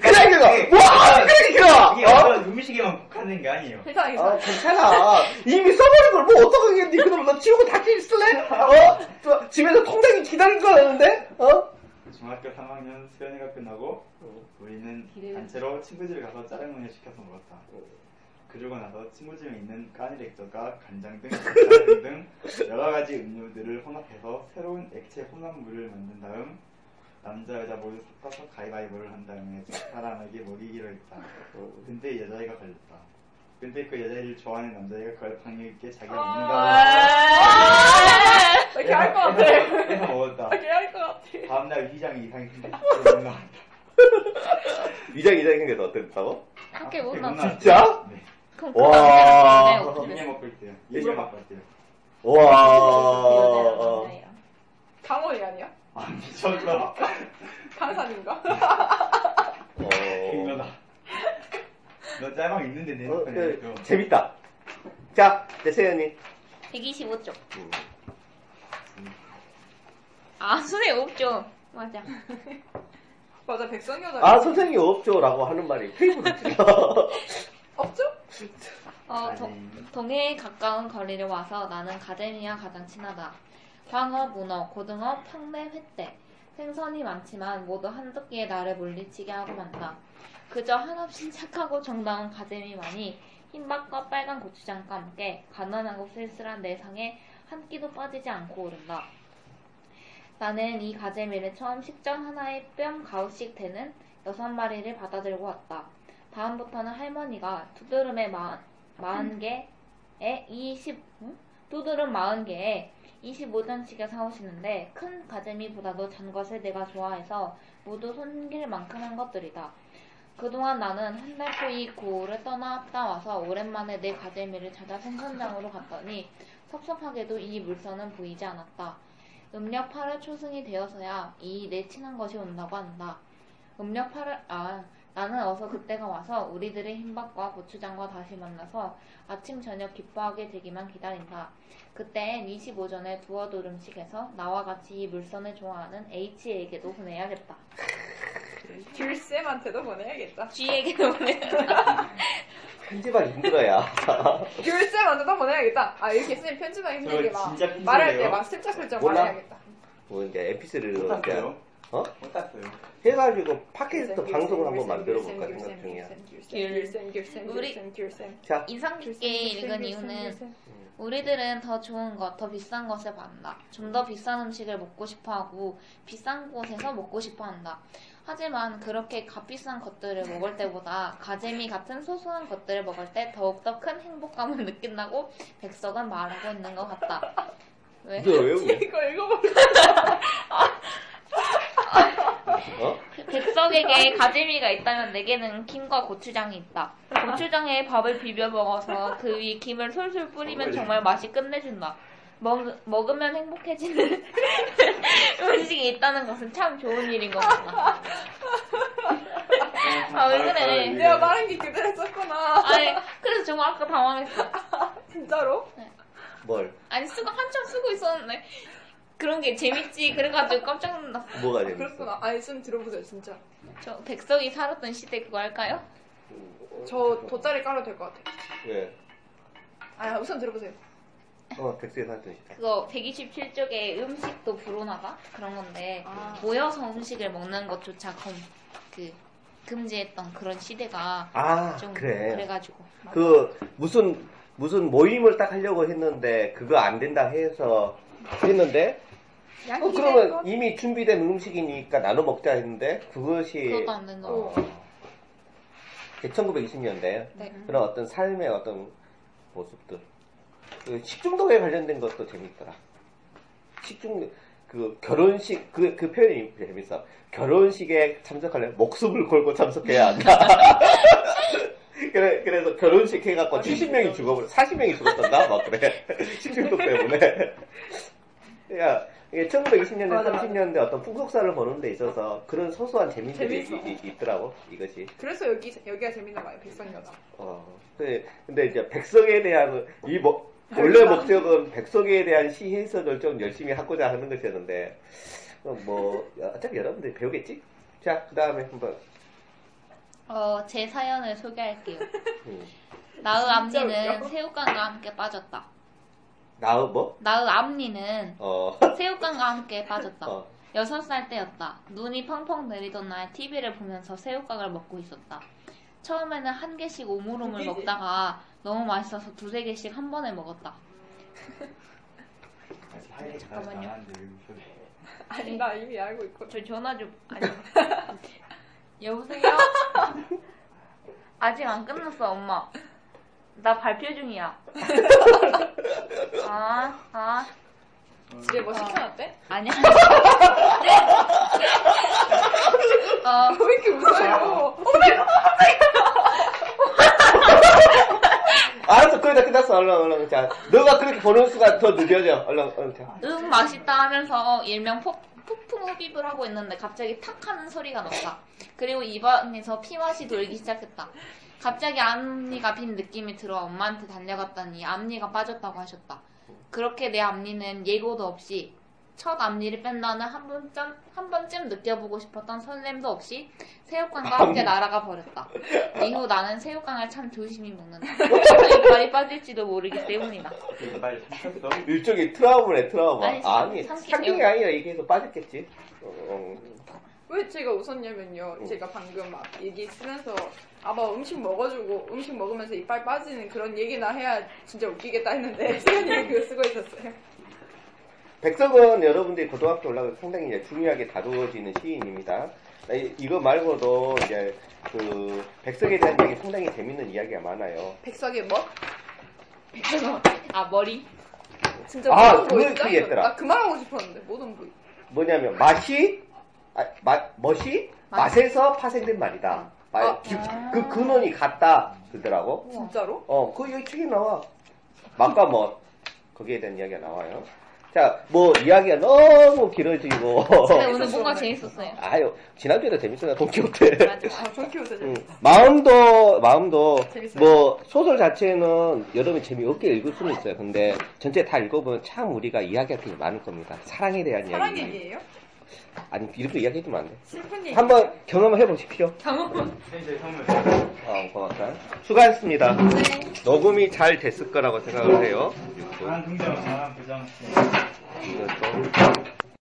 Speaker 4: 그냥 읽어! 와! 그냥
Speaker 6: 이게
Speaker 4: 읽어! 어?
Speaker 6: 어떤 음식에만 국한된 게 아니에요.
Speaker 3: 괜찮아,
Speaker 4: 아,
Speaker 3: 괜찮아.
Speaker 4: 괜찮아. 이미 써버린 걸 뭐 어떡하겠니? 그럼 너 치우고 다시 있을래? 어? 또 집에서 통닭이 기다릴 거라는데? 어?
Speaker 6: 중학교 3학년 수연이가 끝나고 우리는 단체로 친구집에 가서 짜장면을 시켜서 먹었다. 그러고 나서 친구집에 있는 까니 액젓과 간장 등, 간장 등 여러 가지 음료들을 혼합해서 새로운 액체 혼합물을 만든 다음 남자 여자 모두 섞어서 가위바위보를 한 다음에 두 사람에게 먹이기로 했다. 근데 여자애가 걸렸다. 근데 그 여자애를 좋아하는 남자애가 그걸 방력 있게 자기가 먹는다.
Speaker 5: 아!
Speaker 3: 나 개할
Speaker 4: 네.
Speaker 3: 것 같아.
Speaker 6: 해서 먹었다.
Speaker 3: 나 개할 것 같아.
Speaker 6: 다음날 위장이 이상했는데 몰라.
Speaker 4: 위장 이장이 생겨서 어땠다고?
Speaker 5: 밖에 못
Speaker 6: 아,
Speaker 5: 나왔어.
Speaker 4: 진짜?
Speaker 5: 그럼
Speaker 4: 와.
Speaker 5: 그
Speaker 6: 입에
Speaker 5: 네,
Speaker 6: 먹을 때요. 입에 먹을 때요. 아,
Speaker 4: 아,
Speaker 5: 어,
Speaker 4: 와.
Speaker 3: 강원이 아니야?
Speaker 6: 아, 미쳤나?
Speaker 3: 강산인가?
Speaker 4: [LAUGHS] 어.
Speaker 6: 이거다. 너 짤방 있는데 내
Speaker 4: 어,
Speaker 6: 편에
Speaker 4: 네,
Speaker 6: 좀.
Speaker 4: 재밌다. 자, 네, 세연이.
Speaker 5: 125쪽.
Speaker 4: 음.
Speaker 5: 아, 손에 없죠. 맞아.
Speaker 3: 맞아 백성 여자.
Speaker 4: 아, 선생님 없죠라고 하는 말이 테이블을 치죠.
Speaker 3: 없죠?
Speaker 5: 어, 동, 동해에 가까운 거리를 와서 나는 가재미와 가장 친하다. 광어, 문어, 고등어, 판매, 횟대. 생선이 많지만 모두 한두 끼에 나를 물리치게 하고 만다. 그저 한없이 착하고 정다운 가재미만이 흰밥과 빨간 고추장과 함께 가난하고 쓸쓸한 내상에 한 끼도 빠지지 않고 오른다. 나는 이 가재미를 처음 식전 하나에 뺨 가우씩 되는 여섯 마리를 받아들고 왔다. 다음부터는 할머니가 두드름에 마, 마흔 개에 20, 응? 두드름 마흔 개에 25장씩을 사오시는데 큰 가재미보다도 잔 것을 내가 좋아해서 모두 손길 만큼 한 것들이다. 그동안 나는 한달코 이 고을을 떠나다 와서 오랜만에 내 가재미를 찾아 생선장으로 갔더니 섭섭하게도 이 물선은 보이지 않았다. 음력 8월 초승이 되어서야 이 내 친한 것이 온다고 한다. 음력 8월, 아, 나는 어서 그때가 와서 우리들의 흰밥과 고추장과 다시 만나서 아침 저녁 기뻐하게 되기만 기다린다. 그때엔 25전에 두어돌 음식에서 나와 같이 이 물선을 좋아하는 H에게도 보내야겠다.
Speaker 3: 귤쌤한테도 보내야겠다.
Speaker 5: G에게도 보내야겠다.
Speaker 4: [LAUGHS] 편집하기 힘들어야. [LAUGHS]
Speaker 3: 귤쌤한테도 보내야겠다. 아 이렇게 쌤 편집하기 힘들게
Speaker 6: 저
Speaker 3: 막
Speaker 6: 진짜 삐뚤어요.
Speaker 3: 말할 때 막 슬쩍슬쩍
Speaker 4: 몰라.
Speaker 3: 말해야겠다.
Speaker 4: 뭐 이제 에피스를
Speaker 6: 못
Speaker 4: 이제
Speaker 6: 땄어요.
Speaker 4: 어?
Speaker 6: 못 땄어요.
Speaker 4: 해가지고 팟캐스트
Speaker 3: 귤쌤,
Speaker 4: 방송을
Speaker 3: 귤쌤,
Speaker 4: 한번
Speaker 3: 귤쌤,
Speaker 4: 만들어
Speaker 3: 귤쌤,
Speaker 4: 볼까
Speaker 3: 귤쌤,
Speaker 4: 생각 중이야.
Speaker 3: 귤쌤, 귤쌤, 귤쌤,
Speaker 5: 귤.
Speaker 3: 귤쌤,
Speaker 5: 우리-
Speaker 3: 귤쌤, 귤쌤.
Speaker 4: 자,
Speaker 5: [LAUGHS] 인상 깊게 읽은 이유는 우리들은 더 좋은 것, 더 비싼 것을 받는다. 좀 더 비싼 음식을 먹고 싶어 하고, 비싼 곳에서 먹고 싶어 한다. 하지만 그렇게 값비싼 것들을 먹을 때보다 가재미 같은 소소한 것들을 먹을 때 더욱더 큰 행복감을 [LAUGHS] 느낀다고 백석은 말하고 있는 것 같다. 왜?
Speaker 4: 이거 왜 웃어?
Speaker 3: 이거 읽어볼래?
Speaker 4: 어?
Speaker 5: 백석에게 가재미가 있다면 내게는 김과 고추장이 있다. 고추장에 밥을 비벼 먹어서 그 위 김을 솔솔 뿌리면 정말 맛이 끝내준다. 먹, 먹으면 행복해지는 [LAUGHS] 음식이 있다는 것은 참 좋은 일인 것 같다. 아, 왜 그래.
Speaker 4: 네.
Speaker 3: 내가 말한 게
Speaker 4: [LAUGHS]
Speaker 3: 그대로 썼구나.
Speaker 5: 아니, 그래서 정말 아까 당황했어.
Speaker 3: 진짜로?
Speaker 4: 뭘?
Speaker 5: 아니, 쓰고, 한참 쓰고 있었는데. 그런 게 재밌지. 그래가지고 깜짝 놀랐어.
Speaker 4: 뭐가 재밌어?
Speaker 3: 그렇구나. 아니 쌤 들어보세요 진짜.
Speaker 5: 저 백석이 살았던 시대 그거 할까요?
Speaker 4: 어,
Speaker 3: 저 돗자리 깔아도 될 것 같아.
Speaker 4: 예.
Speaker 3: 아 우선 들어보세요.
Speaker 4: 어, 백수에서 한뜻
Speaker 5: 그거 127쪽에 음식도 불어나가? 그런 건데.
Speaker 3: 아,
Speaker 5: 모여서 음식을 먹는 것조차 검, 그 금지했던 그런 시대가
Speaker 4: 아,
Speaker 5: 좀
Speaker 4: 그래.
Speaker 5: 가지고
Speaker 4: 그, 무슨, 무슨 모임을 딱 하려고 했는데, 그거 안 된다 해서 했는데,
Speaker 3: 양이
Speaker 4: 어, 그러면 이미 준비된 음식이니까 나눠 먹자 했는데, 그것이,
Speaker 5: 그것도 안 된다.
Speaker 4: 어, 1920년대,
Speaker 5: 네.
Speaker 4: 그런 어떤 삶의 어떤 모습들. 그 식중독에 관련된 것도 재밌더라. 식중, 그 결혼식, 그, 그 표현이 재밌어. 결혼식에 참석하려면 목숨을 걸고 참석해야 한다. [LAUGHS] 그래, 그래서 결혼식 해갖고 70명이 죽어버려, 40명이 죽었던가? 막 그래. [LAUGHS] 식중독 때문에. 야, 이게 1920년대,
Speaker 3: 맞아, 맞아.
Speaker 4: 30년대 어떤 풍속사를 보는 데 있어서 그런 소소한 재미들이
Speaker 3: 재밌어.
Speaker 4: 이- 이- 있더라고, 이것이.
Speaker 3: 그래서 여기 여기가 재밌나 봐요. 백성 여자.
Speaker 4: 어, 근데, 근데 이제 백석에 대한 이 목- 원래
Speaker 3: 알겠다.
Speaker 4: 목적은 백석에 대한 시 해석을 좀 열심히 하고자 하는 것이었는데 어, 뭐 어차피 여러분들이 배우겠지? 자, 그 다음에 한번
Speaker 5: 어, 제 사연을 [LAUGHS] 소개할게요.
Speaker 4: 음.
Speaker 5: 나의
Speaker 3: 진짜
Speaker 5: 앞니는
Speaker 3: 웃겨.
Speaker 5: 새우깡과 함께 빠졌다.
Speaker 4: 나의 뭐?
Speaker 5: 나의 앞니는
Speaker 4: 어,
Speaker 5: 새우깡과 함께 빠졌다.
Speaker 4: 어,
Speaker 5: 여섯 살 때였다. 눈이 펑펑 내리던 날 TV를 보면서 새우깡을 먹고 있었다. 처음에는 한 개씩 오물오물
Speaker 3: 웃기지?
Speaker 5: 먹다가 너무 맛있어서 두세 개씩 한 번에 먹었다. 잠깐만요.
Speaker 3: 아니 나 이미 알고 있거든.
Speaker 5: 저 전화 좀 아니 [LAUGHS] 여보세요 아직 안 끝났어 엄마 나 발표 중이야 아아
Speaker 4: 음.
Speaker 3: 집에 뭐 시켜놨대?
Speaker 5: 아,
Speaker 3: [LAUGHS]
Speaker 5: [LAUGHS] 아니야. 어,
Speaker 3: 왜 이렇게
Speaker 4: 아.
Speaker 3: 웃어요?
Speaker 4: 알았어, 거의 다 끝났어. 얼른, 얼른. 자, 너가 그렇게 보는 수가 더 느려져. 얼른, 얼른. 자.
Speaker 5: 응 맛있다 하면서 어, 일명 폭, 폭풍 흡입을 하고 있는데 갑자기 탁 하는 소리가 났다. 그리고 입안에서 피맛이 돌기 시작했다. 갑자기 앞니가 빈 느낌이 들어 엄마한테 달려갔더니 앞니가 빠졌다고 하셨다. 그렇게 내 앞니는 예고도 없이 첫 앞니를 뺀다는 한 번쯤, 한 번쯤 느껴보고 싶었던 설렘도 없이 새우깡과 함께 날아가 버렸다. 이후 나는 새우깡을 참 조심히 먹는다. [LAUGHS] 이빨이 빠질지도 모르기 때문이다.
Speaker 6: 빨리 삼켰어?
Speaker 4: 일종의 트라우마네, 트라우마.
Speaker 5: 아니, 참-
Speaker 4: 아니,
Speaker 5: 참기
Speaker 4: 상징이
Speaker 5: 매운-
Speaker 4: 아니라 이게 해서 빠졌겠지. 어, 어.
Speaker 3: 왜 제가 웃었냐면요.
Speaker 4: 응.
Speaker 3: 제가 방금 막 얘기 쓰면서 아마 음식 먹어주고 음식 먹으면서 이빨 빠지는 그런 얘기나 해야 진짜 웃기겠다 했는데
Speaker 4: 네.
Speaker 3: 시간이 그거 쓰고 있었어요.
Speaker 4: 백석은 여러분들이 고등학교 올라가서 상당히 이제 중요하게 다루어지는 시인입니다. 아, 이- 이거 말고도 이제 그 백석에 대한 이야기 상당히 재밌는 이야기가 많아요.
Speaker 3: 백석의 뭐?
Speaker 5: 그래서 아 머리
Speaker 3: 진짜
Speaker 4: 아,
Speaker 3: 모든 보이
Speaker 4: 그걸 그 얘기했더라.
Speaker 3: 나 그만하고 싶었는데 모든 보이.
Speaker 4: 뭐냐면 맛이 아, 맛 멋이
Speaker 5: 맛. 어.
Speaker 4: 맛에서 파생된 말이다. 말-
Speaker 3: 아.
Speaker 4: 기- 그 근원이 같다 그러더라고.
Speaker 3: 진짜로?
Speaker 4: 어, 그 여기 책에 나와. 맛과 멋 거기에 대한 이야기가 나와요. 자, 뭐 이야기가 너무 길어지고.
Speaker 5: 근데 네, 오늘 뭔가 재밌었어요
Speaker 4: [LAUGHS] 아유, 지난주에도 재밌었나 동키호테.
Speaker 5: 맞아
Speaker 3: 아, 정키 웃어
Speaker 4: 네. 음, 마음도 마음도
Speaker 3: 재밌어요.
Speaker 4: 뭐 소설 자체는 여러분이 재미없게 읽을 수는 있어요. 근데 전체 다 읽어보면 참 우리가 이야기할 게 많을 겁니다. 사랑에 대한
Speaker 3: 사랑
Speaker 4: 이야기.
Speaker 3: 얘기예요?
Speaker 4: 아니 이렇게 이야기해주면 안 돼.
Speaker 3: 슬픈 얘기.
Speaker 4: 한번 경험해 보십시오.
Speaker 6: 이제 선물.
Speaker 4: 어, 고맙다. 수고하셨습니다.
Speaker 3: 네.
Speaker 4: 녹음이 잘 됐을 거라고 생각을 해요. 네,
Speaker 6: 한 긍정, 한 부정.
Speaker 4: 이것도.